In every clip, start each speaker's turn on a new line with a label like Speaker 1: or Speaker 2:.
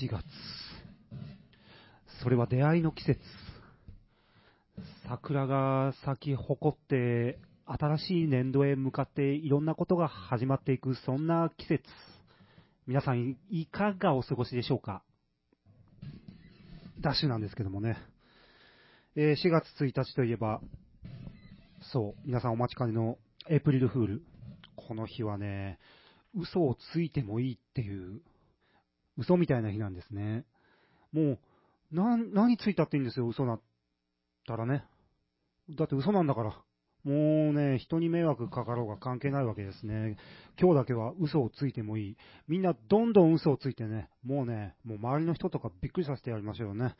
Speaker 1: 4月。それは出会いの季節。桜が咲き誇って、新しい年度へ向かっていろんなことが始まっていく、そんな季節。皆さん、いかがお過ごしでしょうかダッシュなんですけどもね。えー4月1日といえば、そう、皆さんお待ちかねのエイプリルフール。この日はね、嘘をついてもいいっていう、嘘みたいな日なんですね。もう、なん、何ついたっていいんですよ、嘘なったらね。だって嘘なんだから。もうね、人に迷惑かかろうが関係ないわけですね。今日だけは嘘をついてもいい。みんなどんどん嘘をついてね、もうね、もう周りの人とかびっくりさせてやりましょうよね。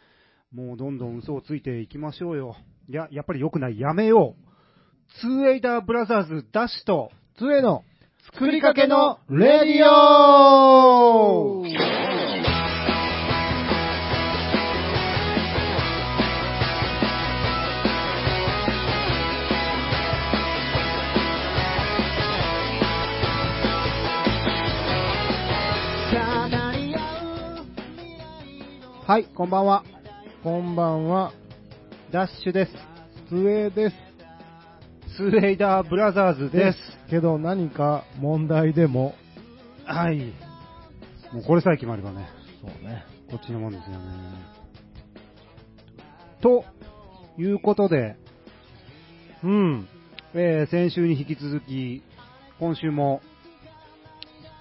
Speaker 1: もうどんどん嘘をついていきましょうよ。いや、やっぱり良くない。やめよう。ツーエイダーブラザーズダッシュと、
Speaker 2: 杖の
Speaker 1: 作
Speaker 2: 作
Speaker 1: り
Speaker 2: り
Speaker 1: か
Speaker 2: か
Speaker 1: け
Speaker 2: け
Speaker 1: の
Speaker 2: の
Speaker 1: レ
Speaker 2: レ
Speaker 1: デ
Speaker 2: デ
Speaker 1: ィ
Speaker 2: ィ
Speaker 1: オ
Speaker 2: オ
Speaker 1: はい、こんばんは。
Speaker 2: こんばんは、
Speaker 1: ダッシュです。
Speaker 2: 杖です。
Speaker 1: ツーエイダーブラザーズです。
Speaker 2: けど何か問題でも、
Speaker 1: はい。もうこれさえ決まればね、
Speaker 2: そうね。
Speaker 1: こっちのもんですよね。ということで、うん、えー先週に引き続き、今週も、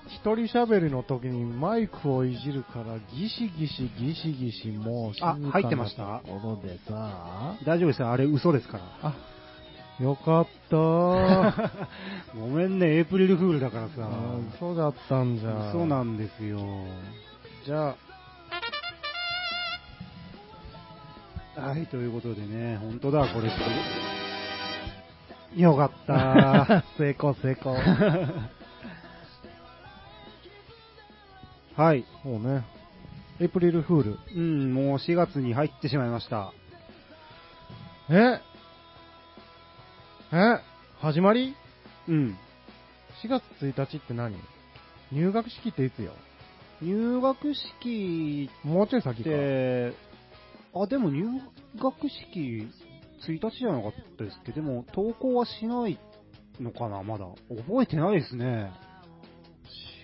Speaker 2: 一人喋りの時にマイクをいじるからギシギシギシギシもう静かな
Speaker 1: あ入ってました
Speaker 2: ところでさ、
Speaker 1: 大丈夫ですよ、あれ嘘ですから。
Speaker 2: あ、よか った。
Speaker 1: ごめんね、エイプリルフールだから
Speaker 2: あ
Speaker 1: さ。
Speaker 2: 嘘だったんじゃ。
Speaker 1: そうなんですよ。
Speaker 2: じゃあ、
Speaker 1: はい、ということでね、本当だ、これすごい。 よか った。
Speaker 2: 成功成功。
Speaker 1: はい、
Speaker 2: そうね。エイプリルフール。
Speaker 1: うん、もう4月に入ってしまいました。
Speaker 2: ええ始まり
Speaker 1: うん。
Speaker 2: ?4 月1日って何入学式っていつよ
Speaker 1: 入学式
Speaker 2: もうちょい先
Speaker 1: っ
Speaker 2: か。
Speaker 1: て、あ、でも入学式1日じゃなかったですっけど、でも登校はしないのかな、まだ。覚えてないですね。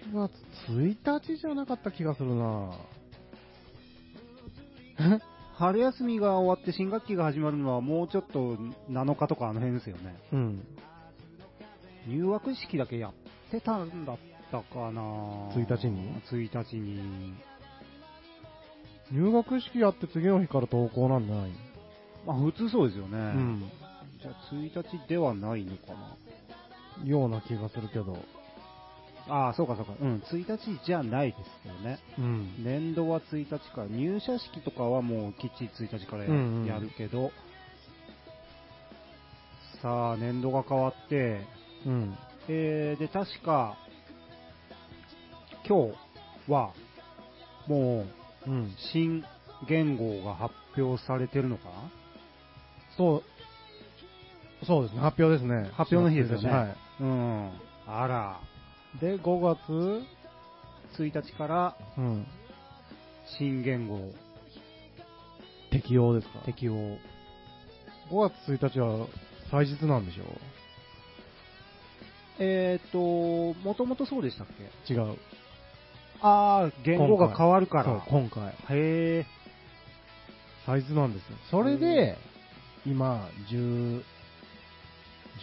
Speaker 2: 4月1日じゃなかった気がするな
Speaker 1: 春休みが終わって新学期が始まるのはもうちょっと7日とかあの辺ですよね。
Speaker 2: うん。
Speaker 1: 入学式だけやってたんだったかな
Speaker 2: 1日に
Speaker 1: ?1 日に。
Speaker 2: 入学式やって次の日から登校なんじゃない
Speaker 1: まあ普通そうですよね。
Speaker 2: うん。
Speaker 1: じゃあ1日ではないのかな。
Speaker 2: ような気がするけど。
Speaker 1: ああ、そうかそうか。うん、1日じゃないですよね。
Speaker 2: うん。
Speaker 1: 年度は1日から、入社式とかはもうきっちり1日からや,、
Speaker 2: うんうん
Speaker 1: るけど、さあ、年度が変わって、
Speaker 2: うん。
Speaker 1: えー、で、確か、今日は、もう、
Speaker 2: うん。
Speaker 1: 新元号が発表されてるのか
Speaker 2: そう。そうですね。発表ですね。
Speaker 1: 発表の日ですよね
Speaker 2: はい。
Speaker 1: なうん。あら、
Speaker 2: で、5月
Speaker 1: 1日から
Speaker 2: うん。
Speaker 1: 新元号
Speaker 2: 適用ですか
Speaker 1: 適用。
Speaker 2: 5月1日は祭日なんでしょ
Speaker 1: えーっと、もともとそうでしたっけ
Speaker 2: 違う。
Speaker 1: ああ、言語が変わるか
Speaker 2: そう
Speaker 1: ら。
Speaker 2: 今回。
Speaker 1: へえ。
Speaker 2: 祭日なんですよ。それで、今、10、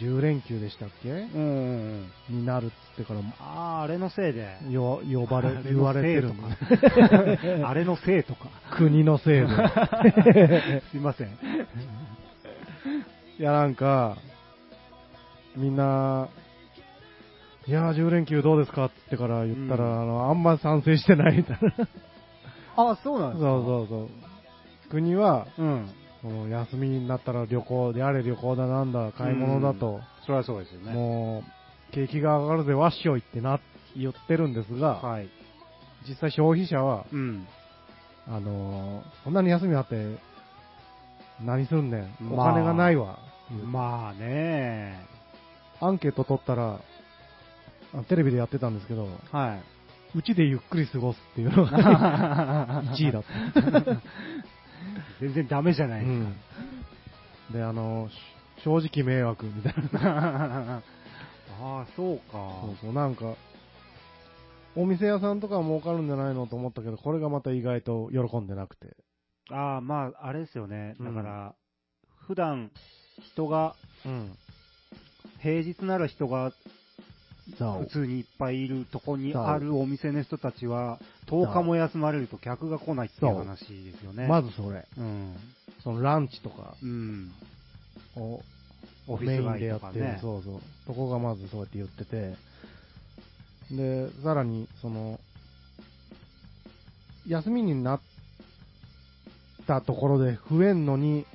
Speaker 2: 10連休でしたっけ
Speaker 1: うんうんうん。
Speaker 2: になるっつってから、
Speaker 1: ああ、あれのせいで。
Speaker 2: よ、呼 ば
Speaker 1: あ
Speaker 2: れ、
Speaker 1: の
Speaker 2: 言われてるんだ。
Speaker 1: せいと かあれのせいとか。
Speaker 2: 国のせいで。
Speaker 1: すいません。
Speaker 2: いや、なんか、みんな、いやー、10連休どうですかっつってから言ったら、
Speaker 1: うん
Speaker 2: あの、あんま賛成してないみたい な。
Speaker 1: あそうなん
Speaker 2: そう
Speaker 1: ですか
Speaker 2: そうそう。国は、
Speaker 1: う。うん。
Speaker 2: もう休みになったら旅行であれ旅行だなんだ、買い物だと、
Speaker 1: それはそうですよね。
Speaker 2: もう、景気が上がるぜ、わっしょいってな、言ってるんですが、
Speaker 1: はい。
Speaker 2: 実際消費者は、
Speaker 1: うん。
Speaker 2: あのーそんなに休みあって、何すんねん、お
Speaker 1: まあ
Speaker 2: 金がないわ。
Speaker 1: まあね
Speaker 2: アンケート取ったら、あテレビでやってたんですけど、
Speaker 1: はい。
Speaker 2: うちでゆっくり過ごすっていう のが1位だった。
Speaker 1: 全然ダメじゃないです
Speaker 2: うんで、あの、し正直迷惑みたいな。
Speaker 1: か。ああ、そうか。
Speaker 2: そうそう、なんか、お店屋さんとかは儲かるんじゃないのと思ったけど、これがまた意外と喜んでなくて。
Speaker 1: ああ、まあ、あれですよね。
Speaker 2: うん
Speaker 1: だから、普段、人が、
Speaker 2: うん。
Speaker 1: 平日なら人が
Speaker 2: そ
Speaker 1: 普通にいっぱいいるとこにあるお店の人たちは、10日も休まれると客が来ないっていう話ですよね。
Speaker 2: まずそれ。
Speaker 1: うん。
Speaker 2: そのランチとか
Speaker 1: うん。
Speaker 2: を
Speaker 1: オフィス
Speaker 2: メインで
Speaker 1: 街
Speaker 2: や
Speaker 1: と
Speaker 2: っ
Speaker 1: か
Speaker 2: てる、
Speaker 1: ね。
Speaker 2: そうそう。そこがまずそうやって言ってて。で、さらに、その、休みになったところで増えんのに、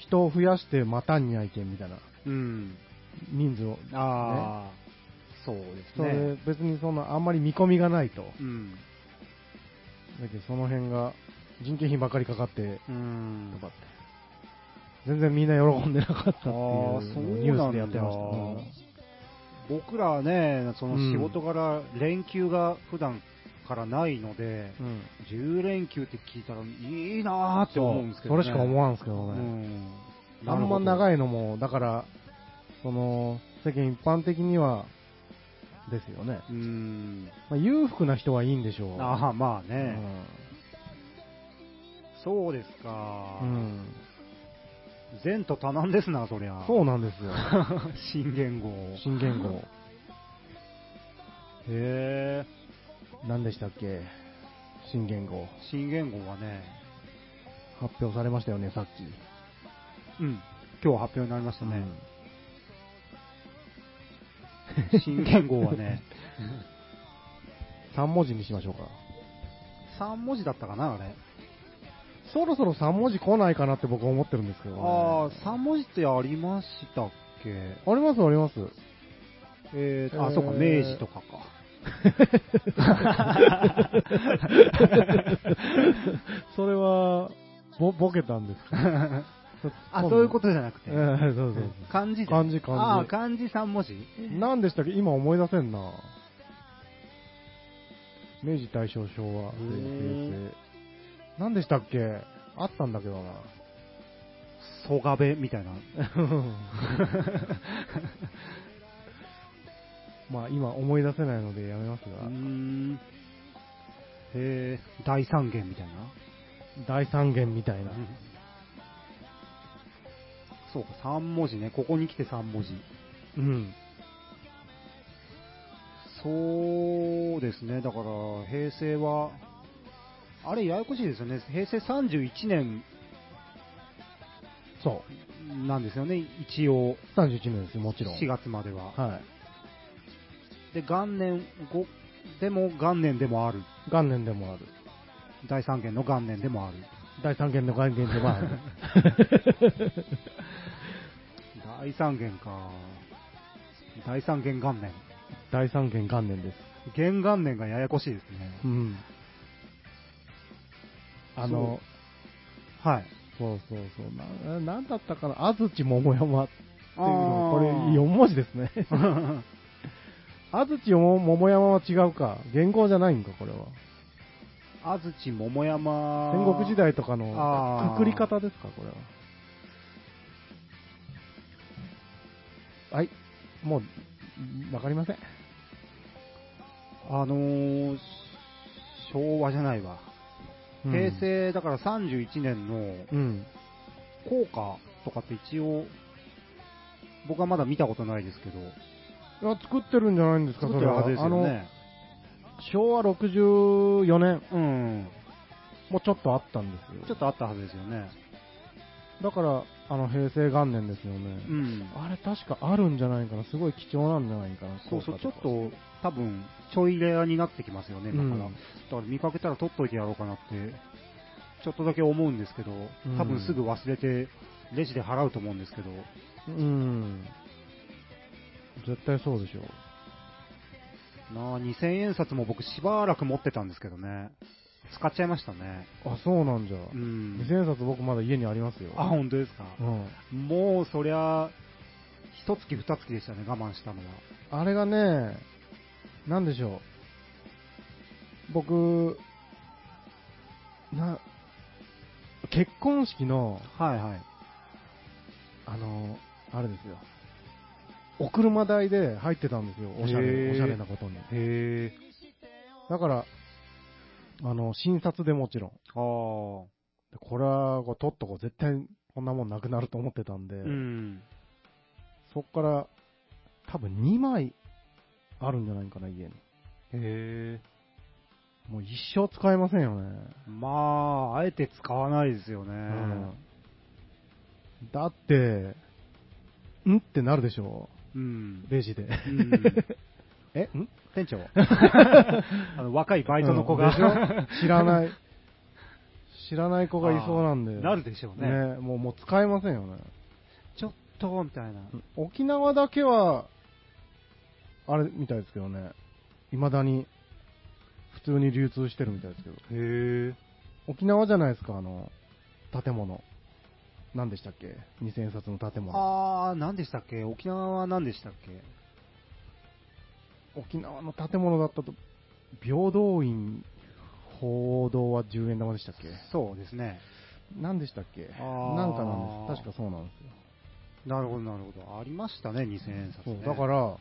Speaker 2: 人を増やして待たんにゃいけんみたいな
Speaker 1: うん。
Speaker 2: 人数を。
Speaker 1: ああ、そうです
Speaker 2: それ、
Speaker 1: ね。
Speaker 2: 別にそのあんまり見込みがないと。
Speaker 1: うん。
Speaker 2: だけどその辺が人件費ばかりかかって、
Speaker 1: うん。
Speaker 2: とかって。全然みんな喜んでなかったっていう
Speaker 1: あーそうなんだ
Speaker 2: ニュースでやってました。
Speaker 1: 僕らはね、その
Speaker 2: うん
Speaker 1: 仕事柄、連休が普段からないので、
Speaker 2: うんうん
Speaker 1: 10連休って聞いたらいいなーって思うんですけど、
Speaker 2: そ
Speaker 1: ね。
Speaker 2: れしか思わんすけど
Speaker 1: う
Speaker 2: ね。
Speaker 1: ん。
Speaker 2: あんま長
Speaker 1: い。
Speaker 2: いのも、だから、その、世間一般的には、ですよね。
Speaker 1: うん。
Speaker 2: まあ、裕福な人はいいんでしょう。
Speaker 1: ああ、まあ
Speaker 2: う
Speaker 1: ね、
Speaker 2: ん
Speaker 1: そうですか
Speaker 2: う。ん。
Speaker 1: 善と多難ですな、そりゃ。
Speaker 2: そうなんですよ。
Speaker 1: 新元号。
Speaker 2: 新元号。
Speaker 1: へえ。
Speaker 2: 何でしたっけ新元号。
Speaker 1: 新元号はね、
Speaker 2: 発表されましたよね、さっき。
Speaker 1: うん。今日発表になりましたね。
Speaker 2: う
Speaker 1: 新元号は ね、
Speaker 2: ん3文字にしましょうか。
Speaker 1: 3文字だったかな、あれ。
Speaker 2: そろそろ3文字来ないかなって僕思ってるんですけど、ね。
Speaker 1: ああ、3文字ってありましたっけ
Speaker 2: ありますあります。
Speaker 1: えー、
Speaker 2: え
Speaker 1: あ、
Speaker 2: ー
Speaker 1: そうか、明治とかか。
Speaker 2: それは、ぼ、ぼけたんですか
Speaker 1: あ、そういうことじゃなくて
Speaker 2: え。えそうそう
Speaker 1: 漢字で
Speaker 2: 漢字漢字
Speaker 1: ああ、漢字3文字
Speaker 2: そう。何でしたっけ今思い出せんな。明治、大正、昭和、
Speaker 1: へえ
Speaker 2: 平成。何でしたっけあったんだけど な。
Speaker 1: 蘇我部みたいな。
Speaker 2: まあ今思い出せないのでやめます
Speaker 1: う
Speaker 2: が
Speaker 1: ー、ん。へえ、大三元みたいな。
Speaker 2: 大三元みたいな。
Speaker 1: そうか、3文字ね。ここに来て3文字。
Speaker 2: うん。
Speaker 1: そうですね。だから、平成は、あれ、ややこしいですよね。平成31年
Speaker 2: そ
Speaker 1: なんですよね。一応、
Speaker 2: う。31年ですよ、もちろん。
Speaker 1: 4月までは。
Speaker 2: はい。
Speaker 1: で、元年、ごでも元年でもある。
Speaker 2: 元年でもある。
Speaker 1: 第三元の元年でもある。
Speaker 2: 第三元の元年でも ある。
Speaker 1: 第三元か。第三元元年。
Speaker 2: 第三元元年です。
Speaker 1: 元元年がややこしいですね。
Speaker 2: うん。あの、
Speaker 1: はい。
Speaker 2: そうそうそう。な、なんだったかな。安土桃山っていうの、
Speaker 1: あ
Speaker 2: これ
Speaker 1: ー
Speaker 2: 4文字で すね。安土桃山は違うか。元号じゃないんか、これは。
Speaker 1: 安土桃山。
Speaker 2: 戦国時代とかの
Speaker 1: あー
Speaker 2: くくり方ですか、これは。はい。もう、わかりません。
Speaker 1: あのー昭和じゃないわ。
Speaker 2: うん
Speaker 1: 平。成、だから31年の
Speaker 2: うん。
Speaker 1: 効果とかって一応、僕はまだ見たことないですけど、
Speaker 2: いや、作ってるんじゃないんですか、
Speaker 1: 作
Speaker 2: そ
Speaker 1: って
Speaker 2: れ
Speaker 1: るは
Speaker 2: は。
Speaker 1: ずですよね。
Speaker 2: あの、昭和64年、
Speaker 1: うん。
Speaker 2: もうちょっとあったんですよ。
Speaker 1: ちょっとあったはずですよね。
Speaker 2: だから、あの、平成元年ですよね。
Speaker 1: うん。
Speaker 2: あれ、確かあるんじゃないかな。すごい貴重なんじゃないかな。
Speaker 1: そうそう、ちょ
Speaker 2: 効
Speaker 1: っ
Speaker 2: 果
Speaker 1: と、多
Speaker 2: か
Speaker 1: 分、ちょいレアになってきますよね、だから。
Speaker 2: うん
Speaker 1: だから見かけたら取っといてやろうかなって、ちょっとだけ思うんですけど、多分すぐ忘れて、レジで払うと思うんですけど、
Speaker 2: うん。絶対そうでしょう。
Speaker 1: なあ、2000円札も僕しばらく持ってたんですけどね。使っちゃいましたね。
Speaker 2: あ、そうなんじゃ。
Speaker 1: うん。
Speaker 2: 2000冊僕まだ家にありますよ。
Speaker 1: あ、本当ですか。
Speaker 2: うん。
Speaker 1: もうそりゃ、一月二月でしたね、我慢したのは。
Speaker 2: あれがね、なんでしょう。僕、な、結婚式の、
Speaker 1: はいはい。
Speaker 2: あの、あれですよ。お車代で入ってたんですよ。おしゃ
Speaker 1: へ
Speaker 2: れ、
Speaker 1: ー
Speaker 2: おしゃれなことに。
Speaker 1: へえ。
Speaker 2: だから、あの、診察でもちろん。
Speaker 1: ああ。
Speaker 2: でこれは、こう取っとこう。絶対、こんなもんなくなると思ってたんで、
Speaker 1: うん。
Speaker 2: そっから、多分2枚あるんじゃないかな、家
Speaker 1: へ
Speaker 2: に。
Speaker 1: え。
Speaker 2: もう一生使えませんよね。
Speaker 1: まあ、あえて使わないですよね。
Speaker 2: だって、んってなるでしょ
Speaker 1: うん。
Speaker 2: レジで。
Speaker 1: うん、
Speaker 2: えん
Speaker 1: 店長あの若いバイトの子が、
Speaker 2: うんでしょ知らない。知らない子がいそうなんで。
Speaker 1: なるでしょうね
Speaker 2: ね。もう、もう使えませんよね。
Speaker 1: ちょっとみたいな、
Speaker 2: 沖縄だけは、あれみたいですけどね。未だに、普通に流通してるみたいですけど。
Speaker 1: へえ
Speaker 2: 沖縄じゃないですか、あの、建物。何でしたっけ二千円札の建物。
Speaker 1: ああ何でしたっけ沖縄は何でしたっけ
Speaker 2: 沖縄の建物だったと、平等院報道は10円玉でしたっけ
Speaker 1: そうですね
Speaker 2: 何でしたっけ
Speaker 1: あー
Speaker 2: なんかなんです。確かそうなんですよ。
Speaker 1: なるほどなるほどありましたね2000円札、
Speaker 2: そう
Speaker 1: ね、
Speaker 2: だから、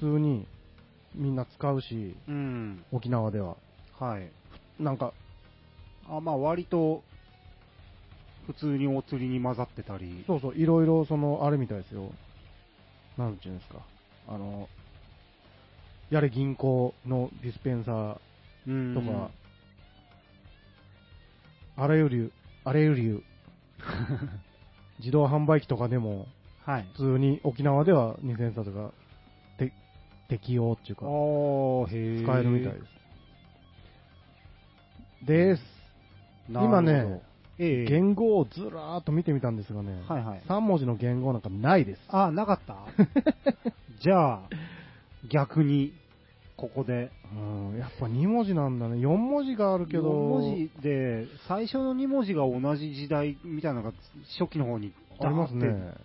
Speaker 2: 普通にみんな使うし、
Speaker 1: うん
Speaker 2: 沖縄では。
Speaker 1: はい
Speaker 2: なんか、
Speaker 1: あまあ割と普通にお釣りに混ざってたり
Speaker 2: そうそう、いろいろ、その、あれみたいですよ。なんていうんですか。あの、やれ銀行のディスペンサー
Speaker 1: うん
Speaker 2: とか、あらゆる、あら ゆる、自動販売機とかでも、
Speaker 1: はい
Speaker 2: 普通に沖縄では2000円札がて適用っていうか
Speaker 1: あ、ーへえ
Speaker 2: 使えるみたいです。です。今ね、
Speaker 1: ええ
Speaker 2: 言語をずらーっと見てみたんですがね、
Speaker 1: はいはい
Speaker 2: 3文字の言語なんかないです。
Speaker 1: あ、なかった じゃあ、逆に、ここで。
Speaker 2: うん、やっぱ2文字なんだね。4文字があるけど、
Speaker 1: 4文字で、最初の2文字が同じ時代みたいなのが初期の方に
Speaker 2: ありますね。
Speaker 1: ダ
Speaker 2: な
Speaker 1: ーって
Speaker 2: んか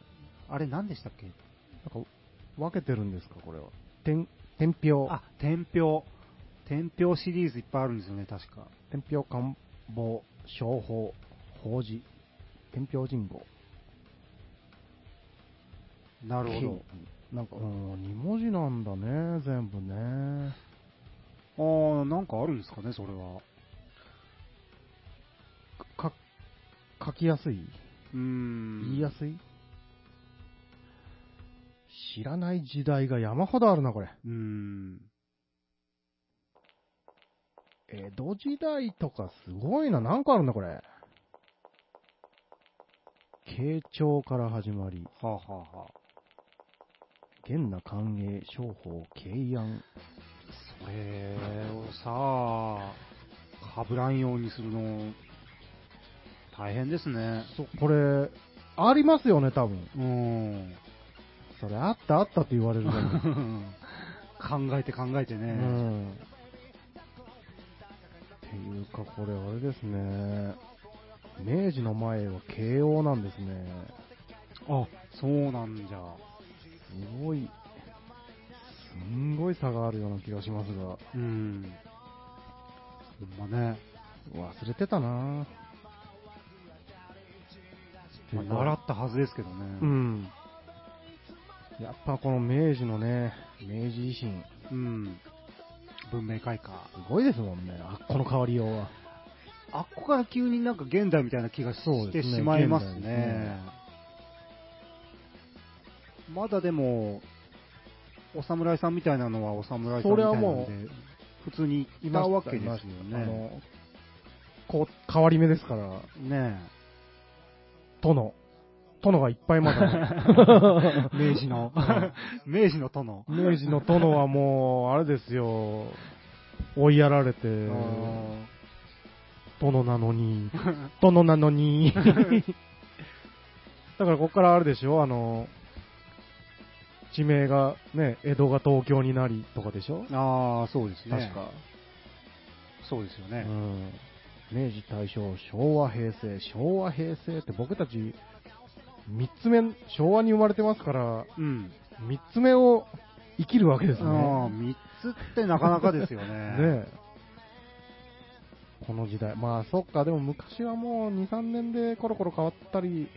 Speaker 1: あれ何でしたっけ
Speaker 2: 分けてるんですか、これは。天、天平。
Speaker 1: あ、天平。天平シリーズいっぱいあるんですよね、確か。
Speaker 2: 天平官房商法法事天平人号
Speaker 1: なるほ
Speaker 2: なんかうん2文字なんだね全部ね
Speaker 1: ど。ああ、なんかあるんですかね、それは。
Speaker 2: か書きやすいう
Speaker 1: ーん。
Speaker 2: 言いやすい、知らない時代が山ほどあるなこれ
Speaker 1: うーん。
Speaker 2: 江戸時代とかすごいな何個あるんだこれ慶長から始まり
Speaker 1: はあ、はあはあ、
Speaker 2: 元那寛永商法慶安
Speaker 1: それをさあ、かぶらんようにするの、大変ですね。
Speaker 2: そうこれありますよね多分
Speaker 1: うん。
Speaker 2: それあったあったって言われるじゃないです か
Speaker 1: 考えて考えて
Speaker 2: う
Speaker 1: ね。
Speaker 2: ん。っていうか、これあれですね。明治の前は慶応なんですね。
Speaker 1: あ、そうなんじゃ。
Speaker 2: すごい、すんごい差があるような気がしますが、
Speaker 1: うん。ほんまね。
Speaker 2: 忘れてたな
Speaker 1: まあ習ったはずですけどね。
Speaker 2: うん。やっぱこの明治のね、明治維新、
Speaker 1: うん。文明開化。
Speaker 2: すごいですもんね、あっこの変わりようは。
Speaker 1: あっこから急になんか現代みたいな気がし
Speaker 2: そう
Speaker 1: て
Speaker 2: ですね
Speaker 1: しまいます
Speaker 2: 現代です
Speaker 1: ね
Speaker 2: ね。
Speaker 1: まだでも、お侍さんみたいなのはお侍さんみたいな
Speaker 2: それ
Speaker 1: の
Speaker 2: はも
Speaker 1: で、普通にいたわけですよ
Speaker 2: あ
Speaker 1: ね。
Speaker 2: の、こう、変わり目ですから、
Speaker 1: ね
Speaker 2: 殿。殿がいっぱいまだ。
Speaker 1: え明治の、明治の殿。
Speaker 2: 明治の殿はもう、あれですよ。追いやられて、殿なのに、殿な のに。だからここからあれでしょ、あの、地名がね、江戸が東京になりとかでしょ
Speaker 1: ああ、そうですね。
Speaker 2: 確か。
Speaker 1: そうですよ
Speaker 2: う
Speaker 1: ね。
Speaker 2: ん。明治、大正、昭和、平成、昭和、平成って僕たち、三つ目、昭和に生まれてますから、
Speaker 1: うん。
Speaker 2: 三つ目を生きるわけですね。
Speaker 1: ああ、3つってなかなかですよね。
Speaker 2: ねえこの時代。まあ、そっか、でも昔はもう2、3年でコロコロ変わったり、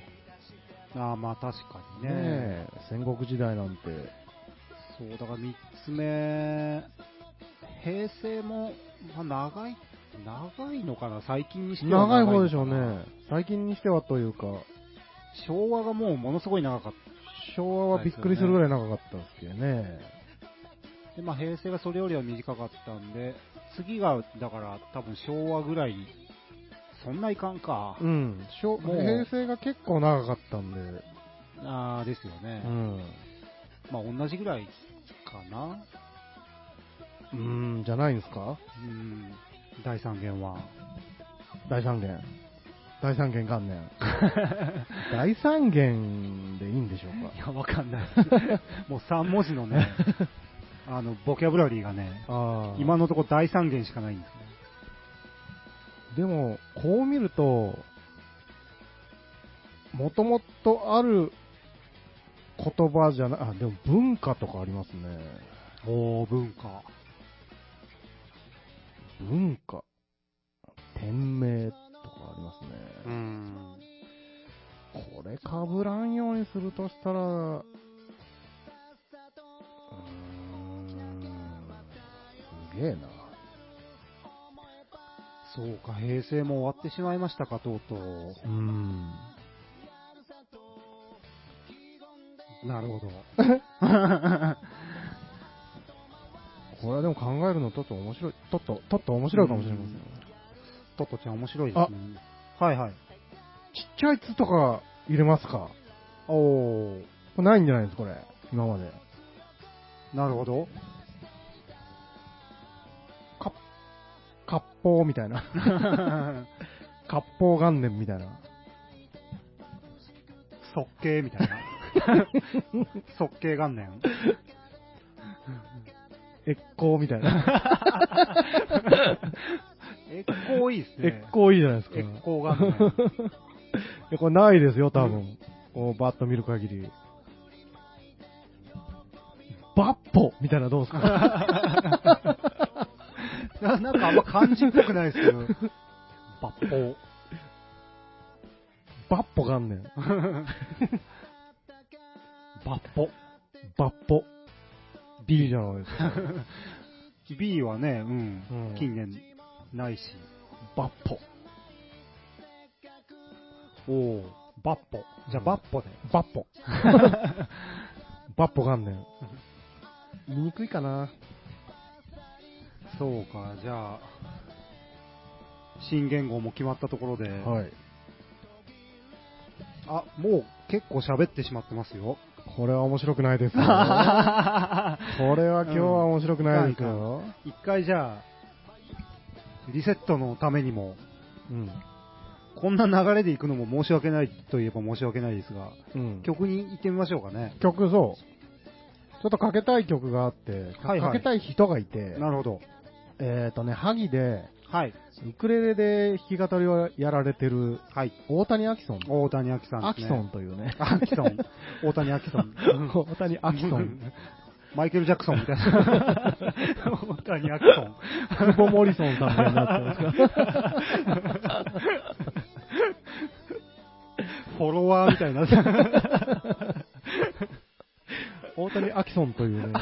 Speaker 1: ああ、まあ確かに
Speaker 2: ね
Speaker 1: ね。
Speaker 2: え、戦国時代なんて、
Speaker 1: そう、だから3つ目、平成も、まあ長い、長いのかな、最近にしては
Speaker 2: 長
Speaker 1: の
Speaker 2: い
Speaker 1: かな
Speaker 2: 方でしょうね。最近にしてはというか、
Speaker 1: 昭和がもうものすごい長かっ
Speaker 2: 昭和はびっくりするぐらい長かったんですけどね。
Speaker 1: た。で、まあ平成がそれよりは短かったんで、次が、だから多分昭和ぐらいに、そんないかんか。
Speaker 2: うん。昭
Speaker 1: もう
Speaker 2: 平成が結構長かったんで、う
Speaker 1: ああ、ですよね。
Speaker 2: ん。
Speaker 1: まあ同じぐらいかな。
Speaker 2: うん、じゃないんですか
Speaker 1: うん、第三元は。
Speaker 2: 大三元。大三元元年。大三元でいいんでしょうか
Speaker 1: いや、わかんない。 もう3文字のね、 あの、ボキャブラリーがね、
Speaker 2: あー
Speaker 1: 今のところ第三元しかないんですね。
Speaker 2: でも、こう見ると、もともとある言葉じゃなあ、でも文化とかありますね。
Speaker 1: おー、文化。
Speaker 2: 文化。天命とかありますね。
Speaker 1: ん。
Speaker 2: これかぶらんようにするとしたら、うーん、すげえな。
Speaker 1: そうか、平成も終わってしまいましたか、とうと
Speaker 2: うーん。
Speaker 1: う。なるほど。
Speaker 2: これはでも考えるのとっと面白い、とっと、とっと面白いかもしれません。
Speaker 1: うん
Speaker 2: ちっ
Speaker 1: トットちゃん面白いですね。はいはい。
Speaker 2: ちゃい「つ」とか入れますか
Speaker 1: おー、
Speaker 2: これないんじゃないですか、これ。今まで。
Speaker 1: なるほど。
Speaker 2: 割烹みたい な。割烹元年みたいな。
Speaker 1: 即景みたいな。 即景元年。
Speaker 2: 越光みたいな。
Speaker 1: え、こういいです
Speaker 2: 越
Speaker 1: ね。
Speaker 2: 光いいじゃないですか。
Speaker 1: 月光元年。
Speaker 2: いやこれないですよ、多分。こう、バッと見る限り。バッポみたいなどうです か
Speaker 1: ななんかあんま漢字っぽくないですけ ど。抜 法。
Speaker 2: バッポ元年。
Speaker 1: 抜法。
Speaker 2: バッポ。B じゃないです か。
Speaker 1: B はね、うん、
Speaker 2: うん
Speaker 1: 近年ないし。
Speaker 2: バッポ。
Speaker 1: おお、バッポ。じゃあ、
Speaker 2: うん
Speaker 1: バッポで。
Speaker 2: バ ッポ。バッポ元年。見にくいかな。
Speaker 1: そうか、じゃあ、新元号も決まったところで、
Speaker 2: はい。
Speaker 1: あ、もう結構喋ってしまってます よ。
Speaker 2: これは面白くない ですよ。こ
Speaker 1: こ
Speaker 2: れは今日は面白くないですよ。
Speaker 1: 一回じゃあ、リセットのためにも、
Speaker 2: うん。
Speaker 1: こんな流れで行くのも申し訳ないといえば申し訳ないですが、
Speaker 2: うん
Speaker 1: 曲に行ってみましょうかね。
Speaker 2: 曲そう。ちょっとかけたい曲があって、か,、
Speaker 1: はいはい
Speaker 2: けたい人がいて、
Speaker 1: なるほど。
Speaker 2: えっ、とね、萩で、
Speaker 1: はい。
Speaker 2: ウクレレで弾き語りをやられてる、
Speaker 1: はい。
Speaker 2: 大谷アキソン。
Speaker 1: 大谷明さ
Speaker 2: ア
Speaker 1: んで
Speaker 2: キ
Speaker 1: す
Speaker 2: ソ
Speaker 1: ね。
Speaker 2: ンというね。
Speaker 1: アキソン。大谷明さん。
Speaker 2: 大谷 アキソン。
Speaker 1: マイケル・ジャクソンみたい な。大谷アキソン。
Speaker 2: 久保モリソンさんみたいになってますか
Speaker 1: フォロワーみたいな。
Speaker 2: 大谷アキソンと いうね、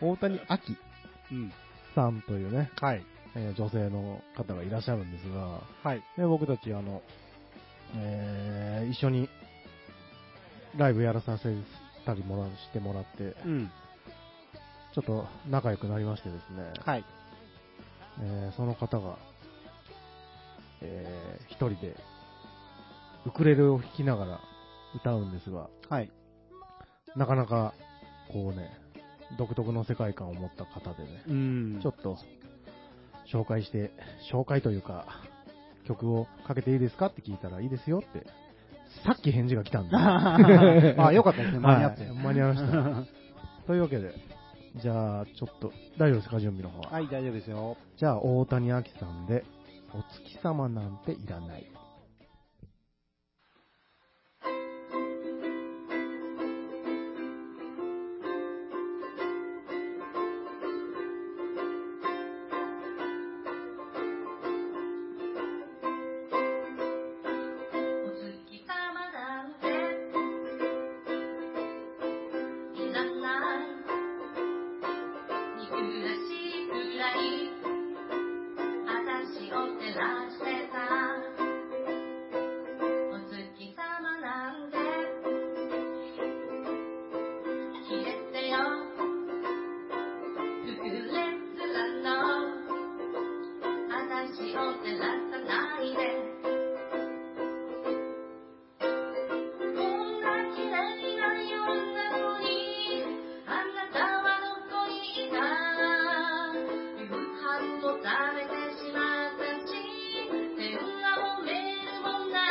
Speaker 2: 大谷アキ
Speaker 1: うん。
Speaker 2: さんというね、
Speaker 1: はい。
Speaker 2: えー女性の方がいらっしゃるんですが、
Speaker 1: はい。
Speaker 2: で僕たち、あの、えー一緒にライブやらさせたりもらしてもらって、
Speaker 1: うん。
Speaker 2: ちょっと仲良くなりましてですね、
Speaker 1: はい。
Speaker 2: えーその方が、えー一人でウクレレを弾きながら歌うんですが、
Speaker 1: はい。
Speaker 2: なかなかこうね、独特の世界観を持った方でね、
Speaker 1: うん。
Speaker 2: ちょっと紹介して、紹介というか、曲をかけていいですかって聞いたらいいですよって、さっき返事が来たんで。
Speaker 1: あ、よかったですね。 間に合って
Speaker 2: はい。間に合いました。 というわけで、じゃあ、ちょっと、大丈夫ですか、準備の方は。
Speaker 1: はい、大丈夫ですよ。
Speaker 2: じゃあ、大谷明さんで、お月様なんていらない。
Speaker 3: 「しくらい私を照らしてたお月様なんて消えてよ膨れずらの私を照らさないでこんな綺麗な夜なのにあなたはどこにいた夕飯も食べてしまったし電話もメールもな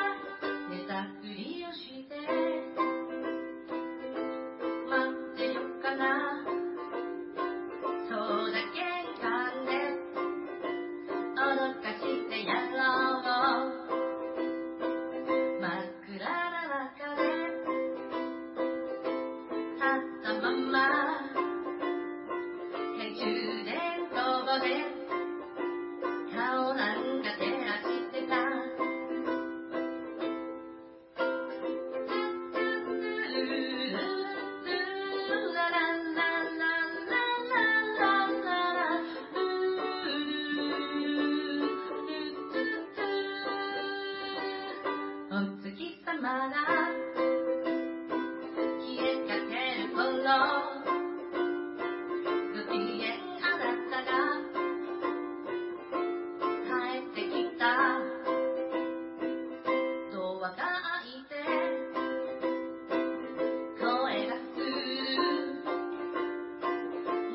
Speaker 3: い寝たふりをして待ってよっかなそうだけんで脅かしてやろう真っ暗な中で立ったまま懐中電灯で顔なんか照らしてた「ルルルルルララララララララお月様が消えかける頃ご機嫌あなたが帰ってきたドアが開いて声がする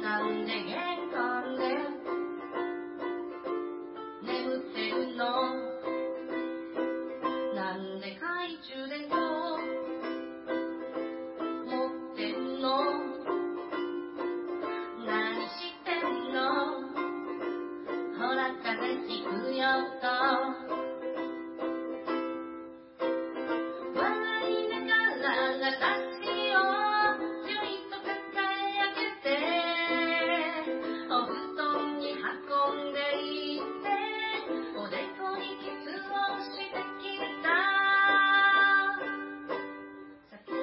Speaker 3: なんで玄関で眠ってるのなんで懐中電灯持ってんの何してんのほら風邪ひくよと笑いながら私をじゅいと抱え上げてお布団に運んでいっておでこにキスをしてきた酒臭い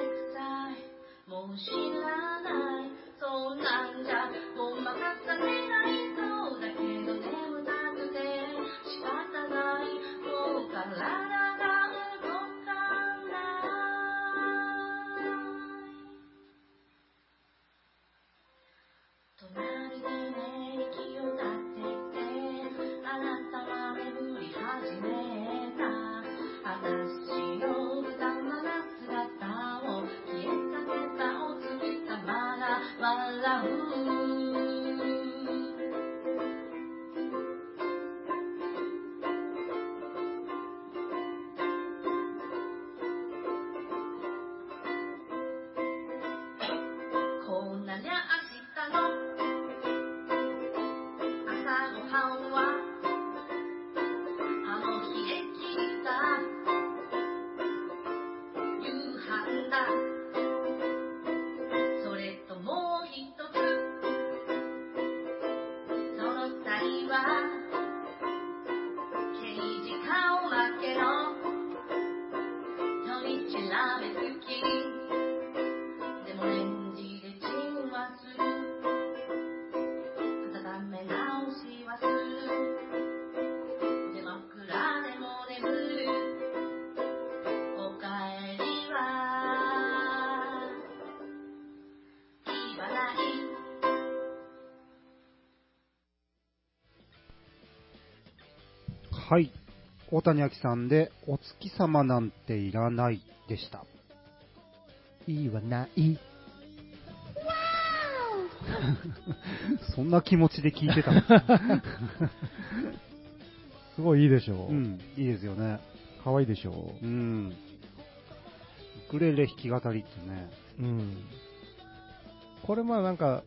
Speaker 3: もう知らないそんなんじゃごまかされないそうだけど眠たくて仕方ないもう体が動かない隣でね息を立ってきてあなたは眠り始めた私の歌まな姿を消えかけたお月様が笑うこんなにゃ明日の朝ごはんはあの日で聞いた夕飯だそれともう一つその際は刑事顔負けの取り調べ好きでもレンジでチンはする温め直しはするで枕でも眠るおかえりは言わない
Speaker 1: はい。大谷明さんで、お月様なんていらないでした。
Speaker 4: いいわない。
Speaker 1: そんな気持ちで聞いてたの
Speaker 2: すごいいいでしょ
Speaker 1: う
Speaker 2: う。
Speaker 1: ん、いいですよね。
Speaker 2: 可愛いでしょ
Speaker 1: うん。ウクレレ弾き語りってね。
Speaker 2: う。うん。これまあなんか、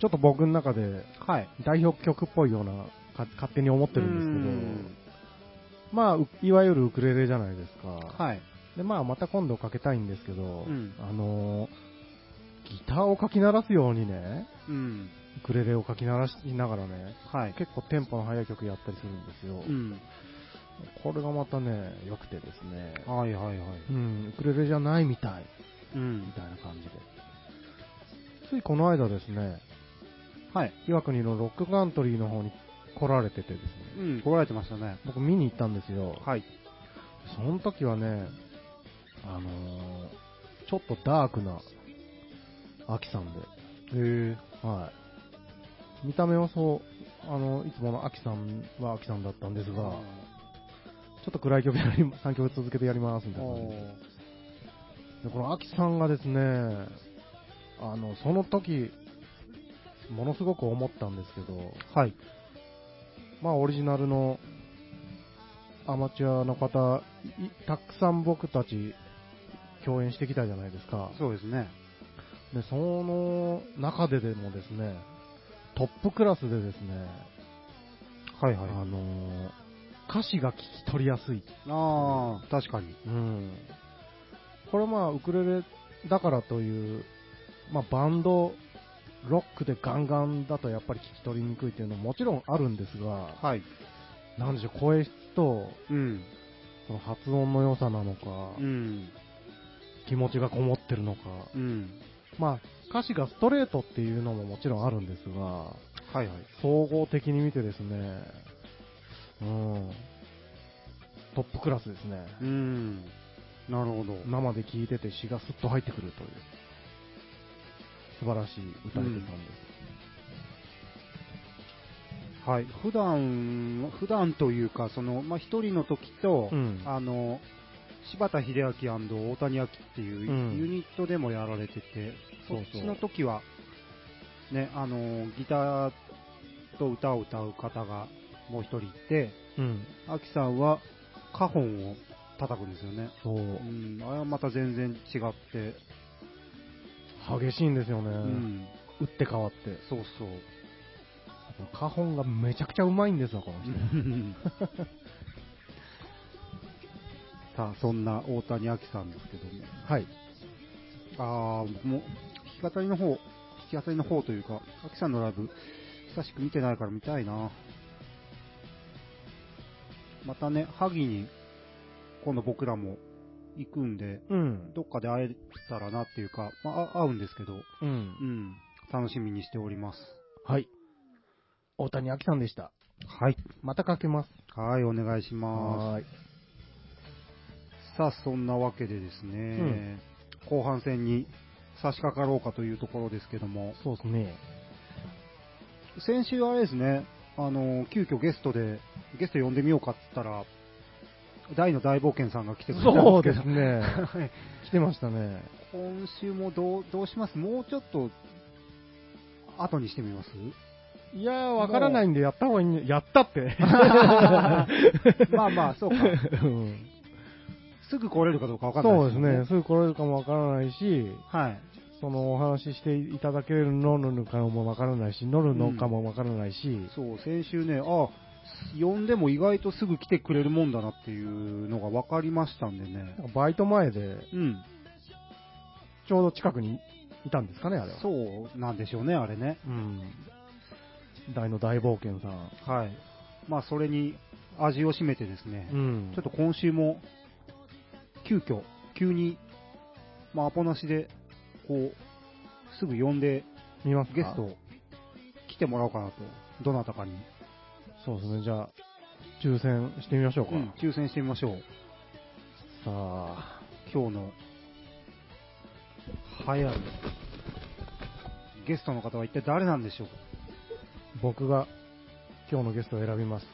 Speaker 2: ちょっと僕の中で
Speaker 1: はい。
Speaker 2: 代表曲っぽいような、か勝手に思ってるんですけど、まあ、ういわゆるウクレレじゃないですか。
Speaker 1: はい。
Speaker 2: で、まあ、また今度かけたいんですけど、
Speaker 1: うん
Speaker 2: あのーギターをかき鳴らすようにね、
Speaker 1: うん。
Speaker 2: ウクレレをかき鳴らしながらね、
Speaker 1: はい。
Speaker 2: 結構テンポの速い曲やったりするんですよ。
Speaker 1: うん。
Speaker 2: これがまたね、良くてですね、
Speaker 1: はいはいはい。
Speaker 2: うん、ウクレレじゃないみたい、
Speaker 1: う
Speaker 2: み
Speaker 1: ん。
Speaker 2: たいな感じで。ついこの間ですね、
Speaker 1: はい。
Speaker 2: 岩国のロックカントリーの方に来られててです
Speaker 1: う
Speaker 2: ね、
Speaker 1: ん、来られてましたね。
Speaker 2: 僕見に行ったんですよ。
Speaker 1: はい。
Speaker 2: その時はね、あのーちょっとダークな、アキさんで、
Speaker 1: へ
Speaker 2: はい。見た目はそう、あの、いつものアキさんはアキさんだったんですが、ちょっと暗い曲やり、3曲続けてやりますみたいな感じで。でこのアキさんがですね、あの、その時、ものすごく思ったんですけど、
Speaker 1: はい。
Speaker 2: まあオリジナルのアマチュアの方、いたくさん僕たち共演してきたじゃないですか。
Speaker 1: そうですね。
Speaker 2: で、その中ででもですね、トップクラスでですね、
Speaker 1: はいはい。
Speaker 2: あのー歌詞が聞き取りやすい。
Speaker 1: ああ、確かに。
Speaker 2: うん。これまあウクレレだからという、まあバンド、ロックでガンガンだとやっぱり聞き取りにくいっていうのももちろんあるんですが、
Speaker 1: はい。
Speaker 2: なんでしょう、声質と、
Speaker 1: うん。
Speaker 2: その発音の良さなのか、
Speaker 1: うん。
Speaker 2: 気持ちがこもってるのか、
Speaker 1: うん。
Speaker 2: まあ、歌詞がストレートっていうのももちろんあるんですが、
Speaker 1: はいはい。
Speaker 2: 総合的に見てですね、うん、トップクラスですね。
Speaker 1: うん。なるほど。
Speaker 2: 生で聴いてて詩がスッと入ってくるという、素晴らしい歌い手さんです。
Speaker 1: はい。普段、普段というか、その、まあ、一人の時と、
Speaker 2: うん
Speaker 1: あの、柴田秀明大谷明っていう
Speaker 2: うん
Speaker 1: ユニットでもやられてて、
Speaker 2: そうそう
Speaker 1: そっちの時は、ね、あの、ギターと歌を歌う方がもう一人いて、
Speaker 2: うん、
Speaker 1: アキさんはカホンを叩くんですよね。
Speaker 2: そう
Speaker 1: う、ん、あれはまた全然違って、
Speaker 2: 激しいんですよね。
Speaker 1: うん、
Speaker 2: 打って変わって。
Speaker 1: そう そう。
Speaker 2: 花本がめちゃくちゃうまいんですよ、この人。
Speaker 1: さあ、そんな大谷明さんですけども、
Speaker 2: はい。
Speaker 1: ああ、僕も弾き語りの方、弾き語りの方というか、アキさんのライブ、久しく見てないから見たいな。またね、萩に、今度僕らも行くんで、
Speaker 2: うん。
Speaker 1: どっかで会えたらなっていうか、まあ、あ会うんですけど、
Speaker 2: うん
Speaker 1: う。ん、楽しみにしております。
Speaker 2: はい。大谷明さんでした。
Speaker 1: はい。
Speaker 2: またかけます。
Speaker 1: はい、お願いします。
Speaker 2: い。
Speaker 1: さあ、そんなわけでですね、後半戦に差し掛かろうかというところですけども、
Speaker 2: そうですね。
Speaker 1: 先週あれですね、あの、急遽ゲストで、ゲスト呼んでみようかっつったら、大の大冒険さんが来てくれたんですけど、
Speaker 2: そうですね。
Speaker 1: はい
Speaker 2: 来てましたね。
Speaker 1: 今週もどう、どうしますもうちょっと、後にしてみ ます
Speaker 2: いやー、わからないんでやった方がいいんやったって。
Speaker 1: まあまあ、そうか。
Speaker 2: うん
Speaker 1: すぐ来れるかどうかわかんない
Speaker 2: そうです
Speaker 1: もん
Speaker 2: ね。。すぐ来れるかもわからないし、
Speaker 1: はい。
Speaker 2: そのお話ししていただけるののかもわからないし、乗るのかもわからないし、
Speaker 1: そう、先週ね、あ、呼んでも意外とすぐ来てくれるもんだなっていうのが分かりましたんでね。
Speaker 2: なんかバイト前で、
Speaker 1: うん。
Speaker 2: ちょうど近くにいたんですかね、あれは。
Speaker 1: そうなんでしょうね、あれね。
Speaker 2: うん。大の大冒険さん。
Speaker 1: はい。まあ、それに味を占めてですね、
Speaker 2: うん
Speaker 1: ちょっと今週も、急遽、急に、まあ、アポなしで、こう、すぐ呼んで、
Speaker 2: 見ますか
Speaker 1: ゲスト、来てもらおうかなと。どなたかに。
Speaker 2: そうですね、じゃあ、抽選してみましょうか。
Speaker 1: うん抽選してみましょう。
Speaker 2: さあ、
Speaker 1: 今日の流行るゲストの方は一体誰なんでしょうか
Speaker 2: 僕が今日のゲストを選びます。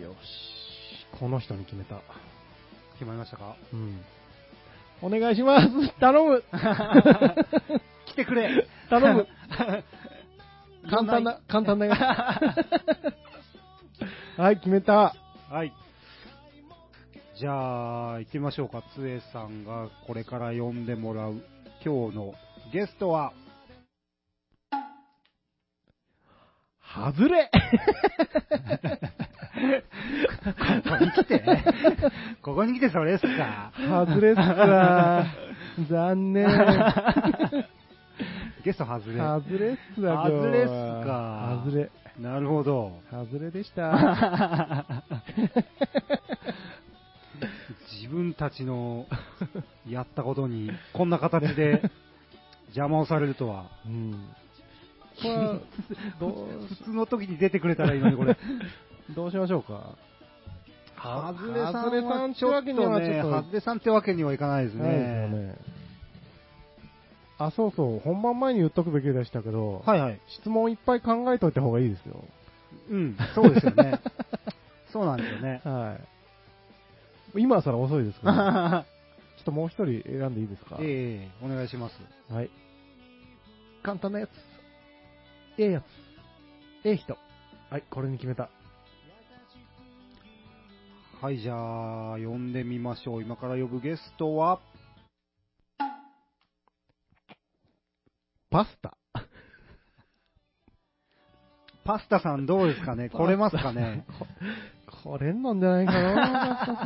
Speaker 2: よし、この人に決めた。
Speaker 1: 決まりましたか
Speaker 2: うん。お願いします 頼む
Speaker 1: 来てくれ
Speaker 2: 頼む
Speaker 1: 簡
Speaker 2: 簡単な、 簡単なよ。はい、決めた。
Speaker 1: はいじゃあ行ってみましょうかつえさんがこれから呼んでもらう今日のゲスト は
Speaker 2: ハズレ
Speaker 1: ここに来てここに来てそれっすか
Speaker 2: ハズレっすわ。残念。ハ
Speaker 1: ゲスト外れ
Speaker 2: ズレっすわ、
Speaker 1: ハズレっすか
Speaker 2: 今日はハズレ。
Speaker 1: なるほど
Speaker 2: ハズレでした。
Speaker 1: 自分たちのやったことに、こんな形で邪魔をされるとは。
Speaker 5: うん。これ は、ど
Speaker 1: 普通の時に出てくれたらいいのに、これ。
Speaker 5: う、どうしましょうか。
Speaker 1: は
Speaker 5: ずれさんは
Speaker 1: ずれちょっと
Speaker 5: ちょっと
Speaker 1: ね、
Speaker 5: ね
Speaker 1: はずれさんってわけにはいかないです
Speaker 5: ないですよ
Speaker 1: ね。
Speaker 5: ね。あ、そうそう、本番前に言っとくべきでしたけど、
Speaker 1: はいはい。
Speaker 5: 質問いっぱい考えといた方がいいですよ。
Speaker 1: うん、そうですよ ね。そうなんですよね。
Speaker 5: はい。今はさら遅いですけど、ちょっともう一人選んでいいですか、
Speaker 1: ええお願いします。
Speaker 5: はい。簡単なやつ。ええやつ。ええ人。はい、これに決めた。
Speaker 1: はい、じゃあ、呼んでみましょう。今から呼ぶゲストは、
Speaker 5: パスタ。
Speaker 1: パスタさんどうですか ね来れますかね
Speaker 5: これなんじゃないかな
Speaker 1: パスタ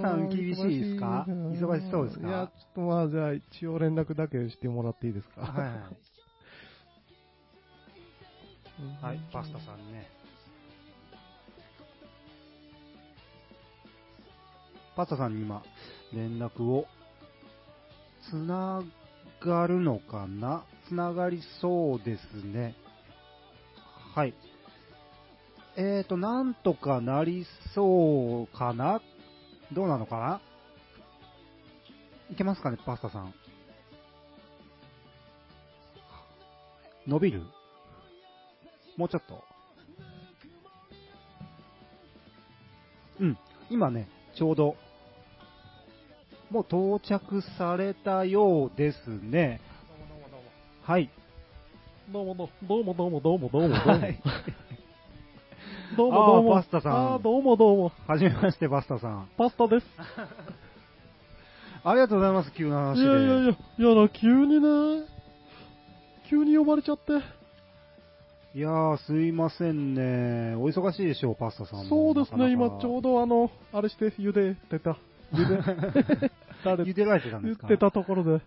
Speaker 1: さん
Speaker 5: いろいろ
Speaker 1: 厳しいですか忙しそうですか
Speaker 5: いや、ちょっとまあ、じゃあ一応連絡だけしてもらっていいですか
Speaker 1: はい
Speaker 5: うん
Speaker 1: はい、パスタさんにね。パスタさんに今、連絡を、つながるのかなつながりそうですね。はい。えーと、なんとかなりそうかなどうなのかないけますかね、パスタさん。伸びるもうちょっと。うん、今ね、ちょうど、もう到着されたようですね。はい。
Speaker 2: どうもどうもどうもどうもどうもどうもどうも
Speaker 1: はい
Speaker 2: どうもどうも
Speaker 1: あーパスタさん
Speaker 2: あーどうもどうも
Speaker 1: はじめまして、バスタさん。
Speaker 2: パスタです
Speaker 1: ありがとうございます、急な話
Speaker 2: い
Speaker 1: で。
Speaker 2: やいやいやいやだ急にね急に呼ばれちゃって
Speaker 1: いやー、すいませんね。お忙しいでしょう、パスタさん
Speaker 2: そう
Speaker 1: も
Speaker 2: ですね
Speaker 1: なかな
Speaker 2: 今
Speaker 1: か
Speaker 2: ちょうどあのあれして茹でてた茹
Speaker 1: 茹
Speaker 2: で
Speaker 1: でられてたんで
Speaker 2: 言
Speaker 1: すか
Speaker 2: ってたところで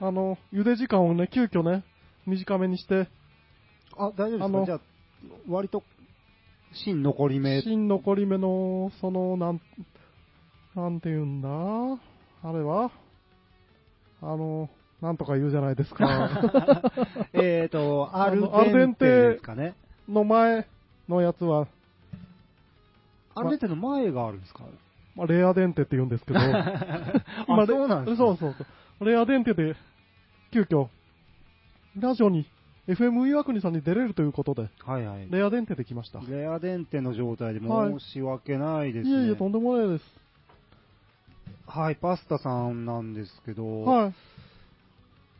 Speaker 2: あの茹で時間をね急遽ね短めにして
Speaker 1: あ、大丈夫
Speaker 2: あ
Speaker 1: ですか
Speaker 2: の
Speaker 1: じゃあ、割と、芯残り目。
Speaker 2: 芯残り目のそのなんなんていうんだあれはあのなんとか言うじゃないですか
Speaker 1: えーと、ア
Speaker 2: あ
Speaker 1: ル
Speaker 2: の
Speaker 1: デンテですかね。
Speaker 2: の前のやつは、
Speaker 1: アルデンテの前があるんですか
Speaker 2: まあ、レアデンテって言うんですけど、ま
Speaker 1: あ、そうなんですか
Speaker 2: そうそうそう。レアデンテで、急遽、ラジオに、FM 岩国さんに出れるということで、
Speaker 1: はいはい。
Speaker 2: レアデンテで来ました。い
Speaker 1: レアデンテの状態で申し訳ないですね。
Speaker 2: えいえ、とんでもないです。
Speaker 1: はい、パスタさんなんですけど、
Speaker 2: はい。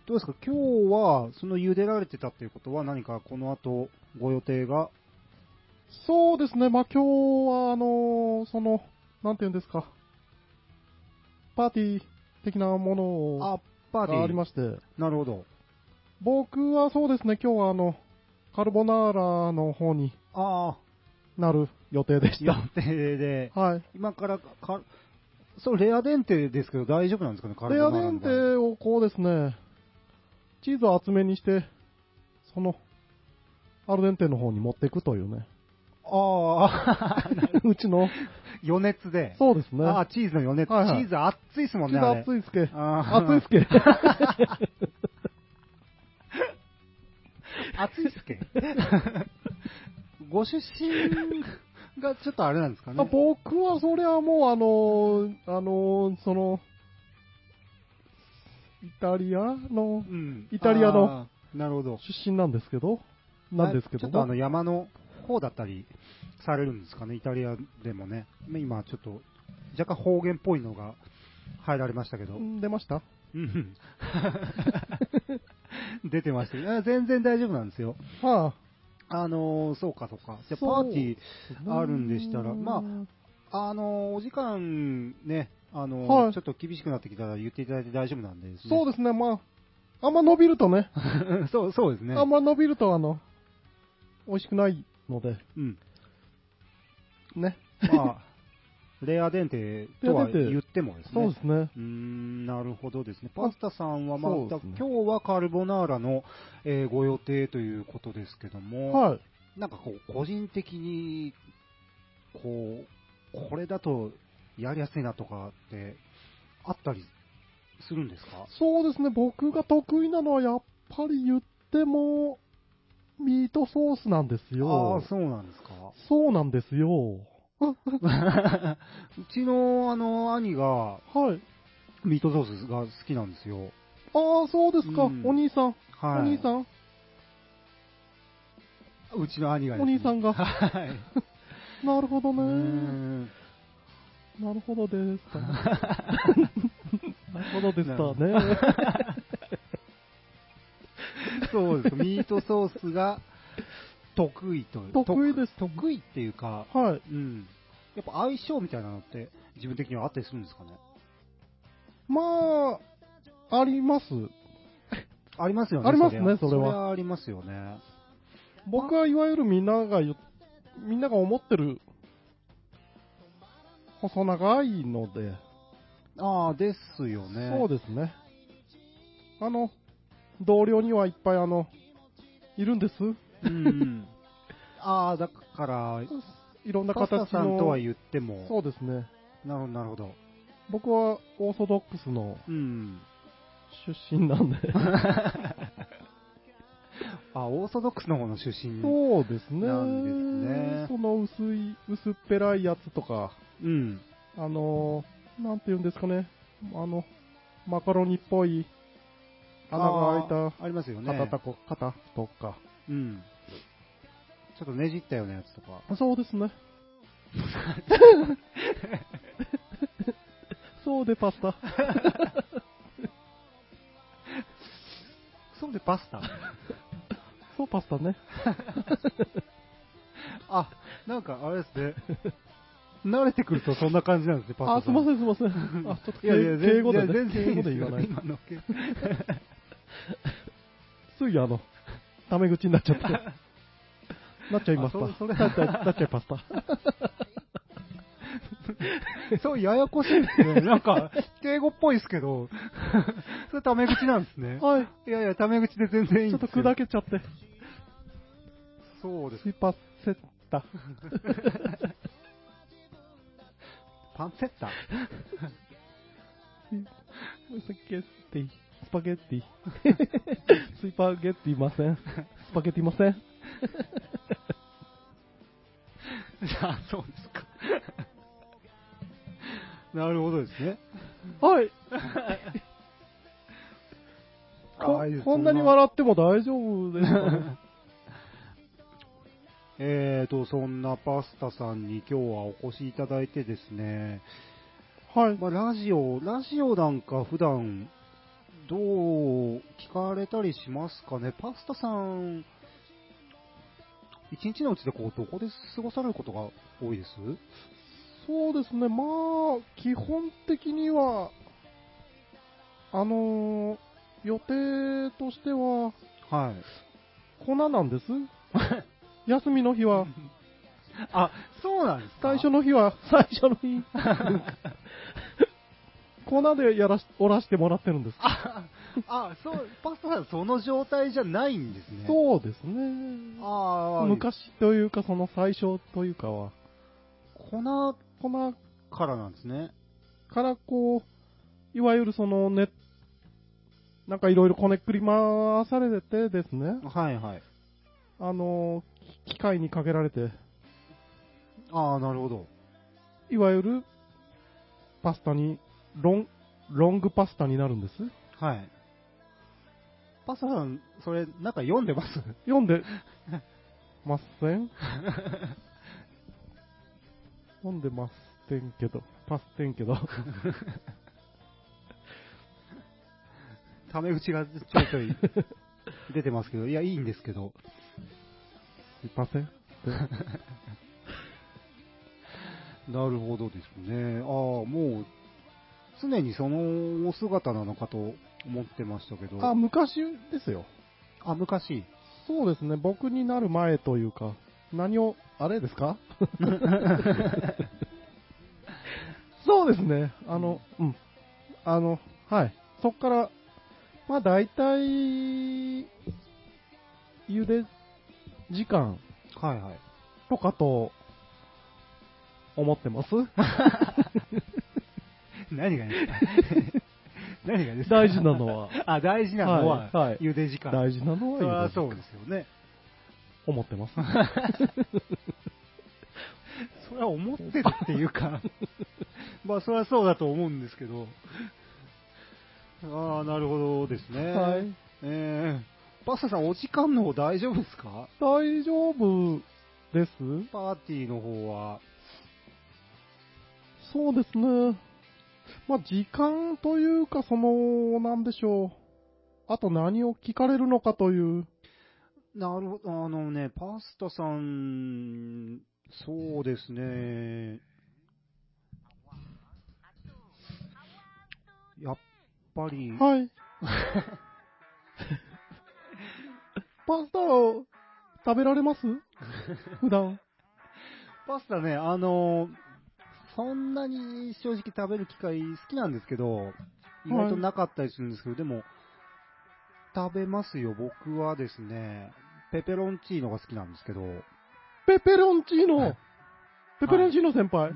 Speaker 1: どうですか、今日は、その茹でられてたっていうことは、何かこの後、ご予定が、
Speaker 2: そうですね、まあ、今日は、あのーその、なんていうんですか、パーティー的なものを、
Speaker 1: あ、パーティー。
Speaker 2: がありまして、
Speaker 1: なるほど。
Speaker 2: 僕はそうですね、今日はあの、カルボナーラの方に
Speaker 1: ああ、
Speaker 2: なる予定でし
Speaker 1: 予
Speaker 2: た。
Speaker 1: 定で、
Speaker 2: はい。
Speaker 1: 今からか、かそう、レアデンテですけど、大丈夫なんですかね、カル
Speaker 2: レ
Speaker 1: ボ
Speaker 2: ア
Speaker 1: ナー
Speaker 2: デ
Speaker 1: ラの
Speaker 2: ン
Speaker 1: 場
Speaker 2: テ
Speaker 1: 合
Speaker 2: をこうですね、チーズを厚めにして、その、アルデンテの方に持っていくというね。
Speaker 1: ああ、
Speaker 2: うちの、
Speaker 1: 余熱で。
Speaker 2: そうです ね。
Speaker 1: ああ、チーズの余熱。
Speaker 2: はいはい
Speaker 1: チーズ熱いですもん
Speaker 2: チ
Speaker 1: ね、あれ
Speaker 2: ーズ熱いっすけ。
Speaker 1: あー
Speaker 2: 熱いっすけ。
Speaker 1: 暑いっすけ ご出身がちょっとあれなんですか
Speaker 2: あ
Speaker 1: ね。
Speaker 2: 僕はそりゃもうあの、あの、その、イタリアの
Speaker 1: うん
Speaker 2: イタリアの。
Speaker 1: あーなるほど。
Speaker 2: 出身なんですけど、なんですけ
Speaker 1: ちょ
Speaker 2: ど
Speaker 1: っとあ
Speaker 2: も
Speaker 1: の、山の方だったりされるんですかね、イタリアでもね。今ちょっと若干方言っぽいのが入られましたけど。
Speaker 2: うん出ました
Speaker 1: うん 出てましたけどあ全然大丈夫なんですよ。
Speaker 2: は
Speaker 1: あのーそうかそうか。じゃあパ
Speaker 2: そう
Speaker 1: ーティー、
Speaker 2: あ、
Speaker 1: あるんでしたらまあ
Speaker 2: うーん
Speaker 1: あのーお時間ね、あのー
Speaker 2: はい
Speaker 1: ちょっと厳しくなってきたら言っていただいて大丈夫なんでですね
Speaker 2: そうですね、まあ、あんま伸びるとね、
Speaker 1: そう、そうですね。
Speaker 2: あんま伸びると、あの、美味しくないので、
Speaker 1: うん。
Speaker 2: ね。
Speaker 1: まあ、レアデンテとは言ってもですね。
Speaker 2: そうですね。
Speaker 1: うーん、なるほどですね。パスタさんはま
Speaker 2: そう
Speaker 1: た、
Speaker 2: ですね
Speaker 1: 今日はカルボナーラの、えーご予定ということですけども、
Speaker 2: はい。
Speaker 1: なんかこう、個人的に、こう、これだとやりやすいなとかってあったりするんですか
Speaker 2: そうですね、僕が得意なのはやっぱり言っても、ミートソースなんです
Speaker 1: ああ
Speaker 2: よ
Speaker 1: ー、。そうなんですか。
Speaker 2: そうなんですよ。
Speaker 1: うちの、あの、兄が、
Speaker 2: はい。
Speaker 1: ミートソースが好きなんですよ。
Speaker 2: ああ、そうですか、
Speaker 1: うん
Speaker 2: お兄さん、
Speaker 1: はい。
Speaker 2: お兄さん、
Speaker 1: ん。うちの兄がです
Speaker 2: お兄さんが
Speaker 1: はい。
Speaker 2: なるほど
Speaker 1: うー
Speaker 2: ね。
Speaker 1: ん
Speaker 2: なるほ どでした。なるほどでしたね。
Speaker 1: そうです。ミートソースが得意という。
Speaker 2: 得意です
Speaker 1: 得得意っていうか、
Speaker 2: はい。
Speaker 1: うん。やっぱ相性みたいなのって自分的にはあったりするんですかね
Speaker 2: まあ、あります。
Speaker 1: ありますよね。
Speaker 2: ありますねそれは
Speaker 1: ありますよね。
Speaker 2: 僕はいわゆるみんなが言っみんなが思ってる、細長いので、
Speaker 1: ああ、ですよね。
Speaker 2: そうですね。あの、同僚にはいっぱいあの、いるんです。
Speaker 1: うん。ああ、だから、
Speaker 2: いろんな
Speaker 1: パス
Speaker 2: 形の。
Speaker 1: タさんとは言っても、
Speaker 2: そうですね。
Speaker 1: なるほど、なるほど。
Speaker 2: 僕はオーソドックスの
Speaker 1: うん。
Speaker 2: 出身 なんで。
Speaker 1: あ、オーソドックスの方の出身。
Speaker 2: そうですね。
Speaker 1: なんですね
Speaker 2: その薄い、薄っぺらいやつとか、
Speaker 1: うん。
Speaker 2: あのー、なんて言うんですかね。あの、マカロニっぽい穴が開い
Speaker 1: あーありますよ
Speaker 2: た
Speaker 1: ね。
Speaker 2: 肩たこ、肩とか。
Speaker 1: うん。ちょっとねじったようなやつとか。
Speaker 2: そうで すね。そうでパスタ。
Speaker 1: そうでパスタ
Speaker 2: そうパスタね。
Speaker 1: あ、なんかあれですね。慣れてくるとそんな感じなんですね、パスタ
Speaker 2: あ、すいま
Speaker 1: ん。
Speaker 2: せんすいません。 あ、ちょっと
Speaker 1: いやいや、
Speaker 2: 敬語で、ね、
Speaker 1: 全然
Speaker 2: 敬語で言わない。
Speaker 1: 今の敬語
Speaker 2: ついあの、タメ口になっち ゃった。なっちゃいました。
Speaker 1: あそれ
Speaker 2: なっちゃいなっちゃいました。
Speaker 1: そう、ややこしいです ね。なんか、敬語っぽいですけ ど、それタメ口なんですね。
Speaker 2: はい。
Speaker 1: いやいや、タメ口で全然いい
Speaker 2: ち
Speaker 1: ん
Speaker 2: ょっ
Speaker 1: で
Speaker 2: と
Speaker 1: すよ
Speaker 2: 砕けちゃって。
Speaker 1: そうです
Speaker 2: ス。イパセッタ。
Speaker 1: パンセッタ
Speaker 2: スゲッティ。スパゲッ ティ。スイパゲッティいません。スパゲッティいません。
Speaker 1: あ、 そうですか。なるほどですね。
Speaker 2: はい。
Speaker 1: あ
Speaker 2: こ
Speaker 1: いいです
Speaker 2: こんなに笑っても大丈夫ですか ね
Speaker 1: えーと、そんなパスタさんに今日はお越しいただいてですね、
Speaker 2: はい。
Speaker 1: まあ、ラジオ、ラジオなんか普段、どう聞かれたりしますかねパスタさん、一日のうちでこう、どこで過ごされることが多いです
Speaker 2: そうですね、まあ、基本的には、あのー予定としては、
Speaker 1: はい。
Speaker 2: 粉なん です。休みの日は、
Speaker 1: あ、そうなんですか
Speaker 2: 最初の日 は、最初の日。粉でやらし、おらしてもらってるんです。
Speaker 1: あ、あ、そう、パスタさんその状態じゃないんですね。
Speaker 2: そうですね。
Speaker 1: ああ、
Speaker 2: 昔というか、その最初というかは、
Speaker 1: 粉
Speaker 2: 粉
Speaker 1: からなんですね。
Speaker 2: からこう、いわゆるそのね、なんかいろいろこねくり回されてですね、
Speaker 1: はいはい。
Speaker 2: あの、き機械にかけられて、
Speaker 1: ああ、なるほど。
Speaker 2: いわゆる、パスタに、ロン、ロングパスタになるんです。
Speaker 1: はい。パスタさん、それ、なんか読んで ます
Speaker 2: 読んで、ません読んでませんけど、パスてんけど。
Speaker 1: タメ口がちょいちょい出てますけど、いや、いいんですけど。
Speaker 2: パセン
Speaker 1: なるほどですね。ああ、もう、常にそのお姿なのかと思ってましたけど。
Speaker 2: あ、昔ですよ。
Speaker 1: あ昔。
Speaker 2: そうですね、僕になる前というか、何を、あれです かそうですね、あの、うん。あの、はい。そっから、まあ大体、茹で時間
Speaker 1: はいはい。
Speaker 2: とかと、思ってます
Speaker 1: 何が ですか何がですか
Speaker 2: 大事なのは、
Speaker 1: あ、大事なのは、
Speaker 2: はいはい
Speaker 1: 茹で時間。
Speaker 2: 大事なの
Speaker 1: それ
Speaker 2: は
Speaker 1: は
Speaker 2: 言
Speaker 1: そううですよね。
Speaker 2: 思ってます。
Speaker 1: それは思ってるっていう か、まあ、それはそうだと思うんですけど。ああ、なるほどですね。
Speaker 2: はい。
Speaker 1: えー、パスタさん、お時間の方大丈夫ですか
Speaker 2: 大丈夫です
Speaker 1: パーティーの方は。
Speaker 2: そうですね。まあ、時間というか、その、なんでしょう。あと何を聞かれるのかという。
Speaker 1: なるほど、あのね、パスタさん、そうですね。やっぱり、
Speaker 2: はい。パスタを食べられ ます普段。
Speaker 1: パスタね、あの、そんなに正直食べる機会好きなんですけど、意外となかったりするんですけど、でも、食べますよ、僕はですね、ペペロンチーノが好きなんですけど、
Speaker 2: ペペロンチー ノ。ペペロンチーノ先輩。